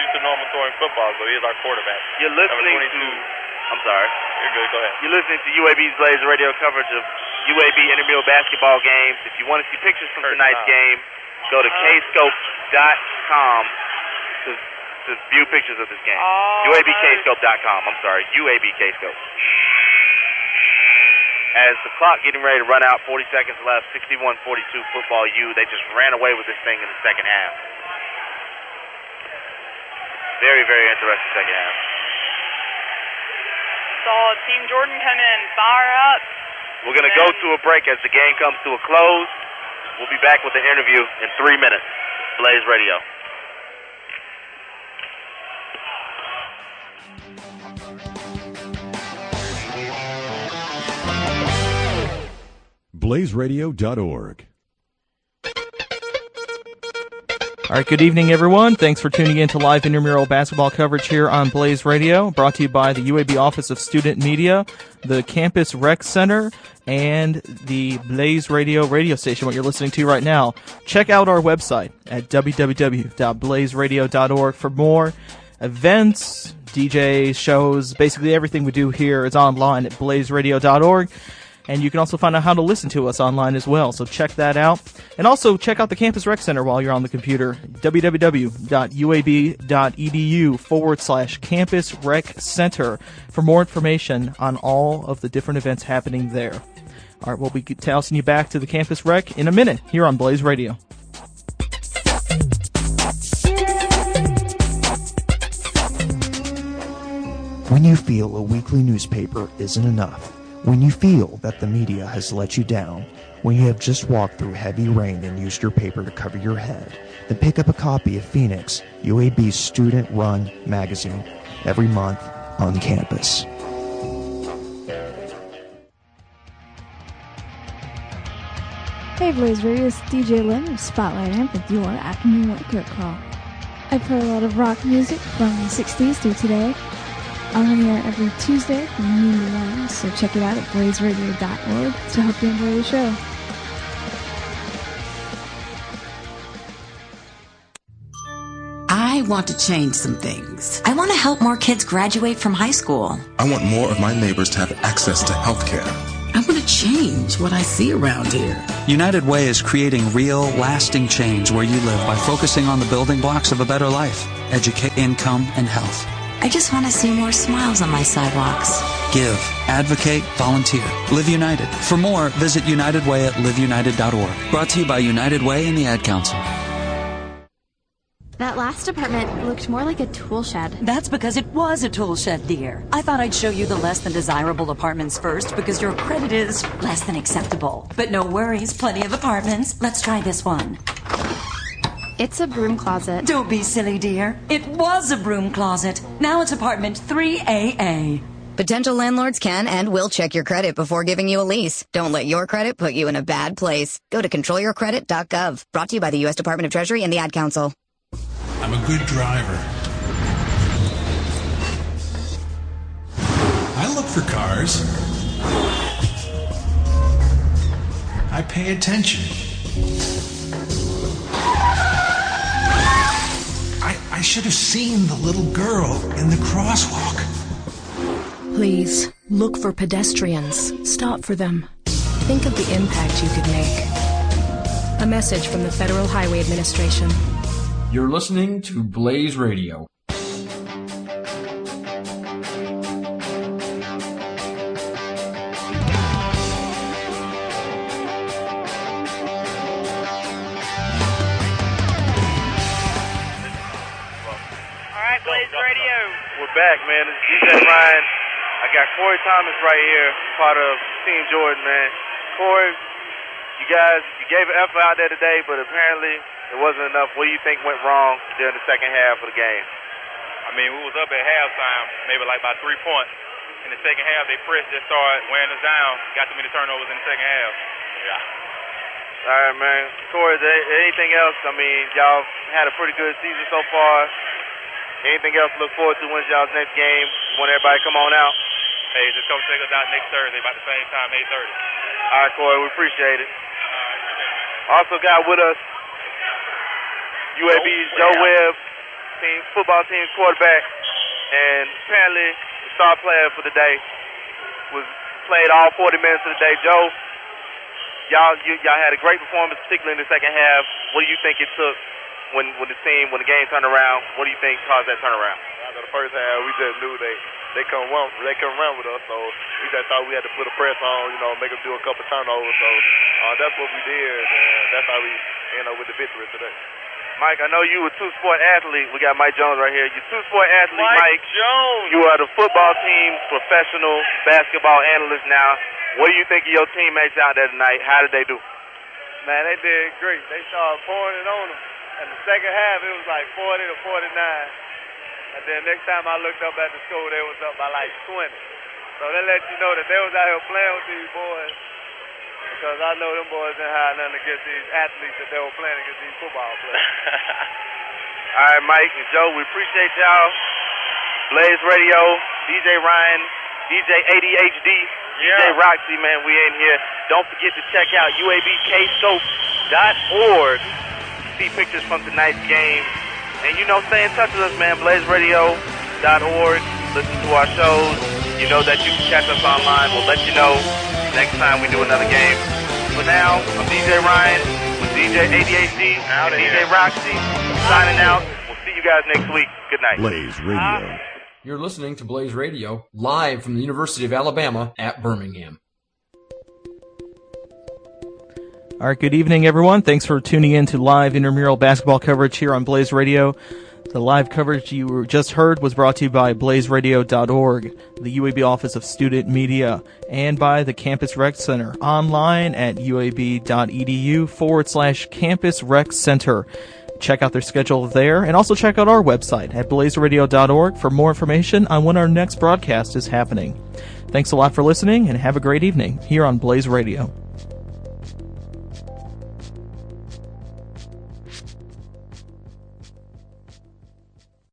Speaker 2: used to normal throwing football, so he is our quarterback.
Speaker 3: You're listening
Speaker 2: Number 22.
Speaker 3: to. I'm sorry.
Speaker 2: You're good. Go ahead.
Speaker 3: You're listening to UAB's Blazer radio coverage of UAB intramural basketball games. If you want to see pictures from tonight's game, go to kscope.com to, to view pictures of this game. UABkscope.com. I'm sorry, UABkscope. As the clock getting ready to run out, 40 seconds left, 61-42 football U. They just ran away with this thing in the second half. Very, very interesting second half.
Speaker 4: Saw Team Jordan come in, fire up.
Speaker 3: We're going to go to a break as the game comes to a close. We'll be back with the interview in three minutes. Blaze Radio.
Speaker 10: BlazeRadio.org.
Speaker 11: All right, good evening, everyone. Thanks for tuning in to live intramural basketball coverage here on Blaze Radio, brought to you by the UAB Office of Student Media, the Campus Rec Center, and the Blaze Radio radio station, what you're listening to right now. Check out our website at www.blazeradio.org for more events, DJs, shows, basically everything we do here is online at blazeradio.org. And you can also find out how to listen to us online as well. So check that out. And also check out the Campus Rec Center while you're on the computer. www.uab.edu E forward slash campus rec center for more information on all of the different events happening there. All right, we'll be tossing you back to the Campus Rec in a minute here on Blaze Radio.
Speaker 24: When you feel a weekly newspaper isn't enough, when you feel that the media has let you down, when you have just walked through heavy rain and used your paper to cover your head, then pick up a copy of Phoenix, UAB's student run magazine, every month on campus.
Speaker 25: Hey Blaze Radio, it's DJ Lynn of Spotlight Amp with your afternoon wake up call. I play a lot of rock music from the 60s through today. I'm on the air every Tuesday from noon to 1, so check it out at blazeradio.org to help you enjoy the show.
Speaker 26: I
Speaker 27: want to change some things. I want to help more kids graduate from high school.
Speaker 28: I want more of my neighbors to have access to healthcare.
Speaker 27: I want to change what I see around here.
Speaker 29: United Way is creating real, lasting change where you live by focusing on the building blocks of a better life educate, income, and health.
Speaker 27: I just want to see more smiles on my sidewalks.
Speaker 29: Give, advocate, volunteer. Live United. For more, visit United Way at liveunited.org. Brought to you by United Way and the Ad Council.
Speaker 2: That last apartment looked more like a tool shed.
Speaker 1: That's because it was a tool shed, dear. I thought I'd show you the less than desirable apartments first because your credit is less than acceptable. But no worries, plenty of apartments. Let's try this one.
Speaker 2: It's a broom closet.
Speaker 1: Don't be silly, dear. It was a broom closet. Now it's apartment 3AA.
Speaker 30: Potential landlords can and will check your credit before giving you a lease. Don't let your credit put you in a bad place. Go to controlyourcredit.gov. Brought to you by the U.S. Department of Treasury and the Ad Council.
Speaker 31: I'm a good driver. I look for cars. I pay attention. I, I should have seen the little girl in the crosswalk.
Speaker 15: Please, look for pedestrians. Stop for them. Think of the impact you could make. A message from the Federal Highway Administration.
Speaker 7: You're listening to Blaze Radio.
Speaker 4: All right, Blaze Radio.
Speaker 3: We're back, man. It's DJ Ryan. I got Corey Thomas right here, part of Team Jordan, man. Corey, you guys, you gave an effort out there today, but apparently it wasn't enough. What do you think went wrong during the second half of the game?
Speaker 32: I mean, we was up at halftime, maybe like by three points. In the second half, they pressed, just started wearing us down. Got too many turnovers in the second half. Yeah.
Speaker 3: All right, man. Corey, is there anything else? I mean, y'all had a pretty good season so far. Anything else to look forward to when's y'all's next game? Want everybody to come on out?
Speaker 32: Hey, just come check us out next Thursday about the same time, 8:30.
Speaker 3: All right, Corey, we appreciate it. Also got with us UAB's Joe Webb, team football team quarterback, and apparently the star player for the day was played all 40 minutes of the day. Joe, y'all you, y'all had a great performance, particularly in the second half. What do you think it took when when the team when the game turned around? What do you think caused that turnaround?
Speaker 33: After the first half, we just knew they they couldn't run they couldn't run with us, so we just thought we had to put a press on, you know, make them do a couple turnovers. So uh, that's what we did, and that's how we end up with the victory today.
Speaker 3: Mike, I know you a two sport athlete. We got Mike Jones right here. You two sport athlete,
Speaker 34: Mike
Speaker 3: Mike.
Speaker 34: Jones.
Speaker 3: You are the football team's professional basketball analyst now. What do you think of your teammates out there tonight? How did they do?
Speaker 33: Man, they did great. They started pouring it on them. And the second half, it was like 40 to 49. And then next time I looked up at the score, they was up by like 20. So that lets you know that they was out here playing with these boys. Because I know them boys didn't have nothing against these athletes that they were playing against these football players.
Speaker 3: All right, Mike and Joe, we appreciate y'all. Blaze Radio, DJ Ryan, DJ ADHD, DJ Roxy, man, we in here. Don't forget to check out uabkscope.org. See pictures from tonight's game. And you know, stay in touch with us, man. BlazeRadio.org. Listen to our shows. You know that you can catch us online. We'll let you know next time we do another game. For now, I'm DJ Ryan with DJ ADHD and DJ Roxy. Signing out. We'll see you guys next week. Good night.
Speaker 7: Blaze Radio. You're listening to Blaze Radio live from the University of Alabama at Birmingham.
Speaker 11: All right, good evening, everyone. Thanks for tuning in to live intramural basketball coverage here on Blaze Radio. The live coverage you were- just heard was brought to you by blazeradio.org, the UAB Office of Student Media, and by the Campus Rec Center online at uab.edu E forward slash campus rec center. Check out their schedule there and also check out our website at blazeradio.org for more information on when our next broadcast is happening. Thanks a lot for listening and have a great evening here on Blaze Radio.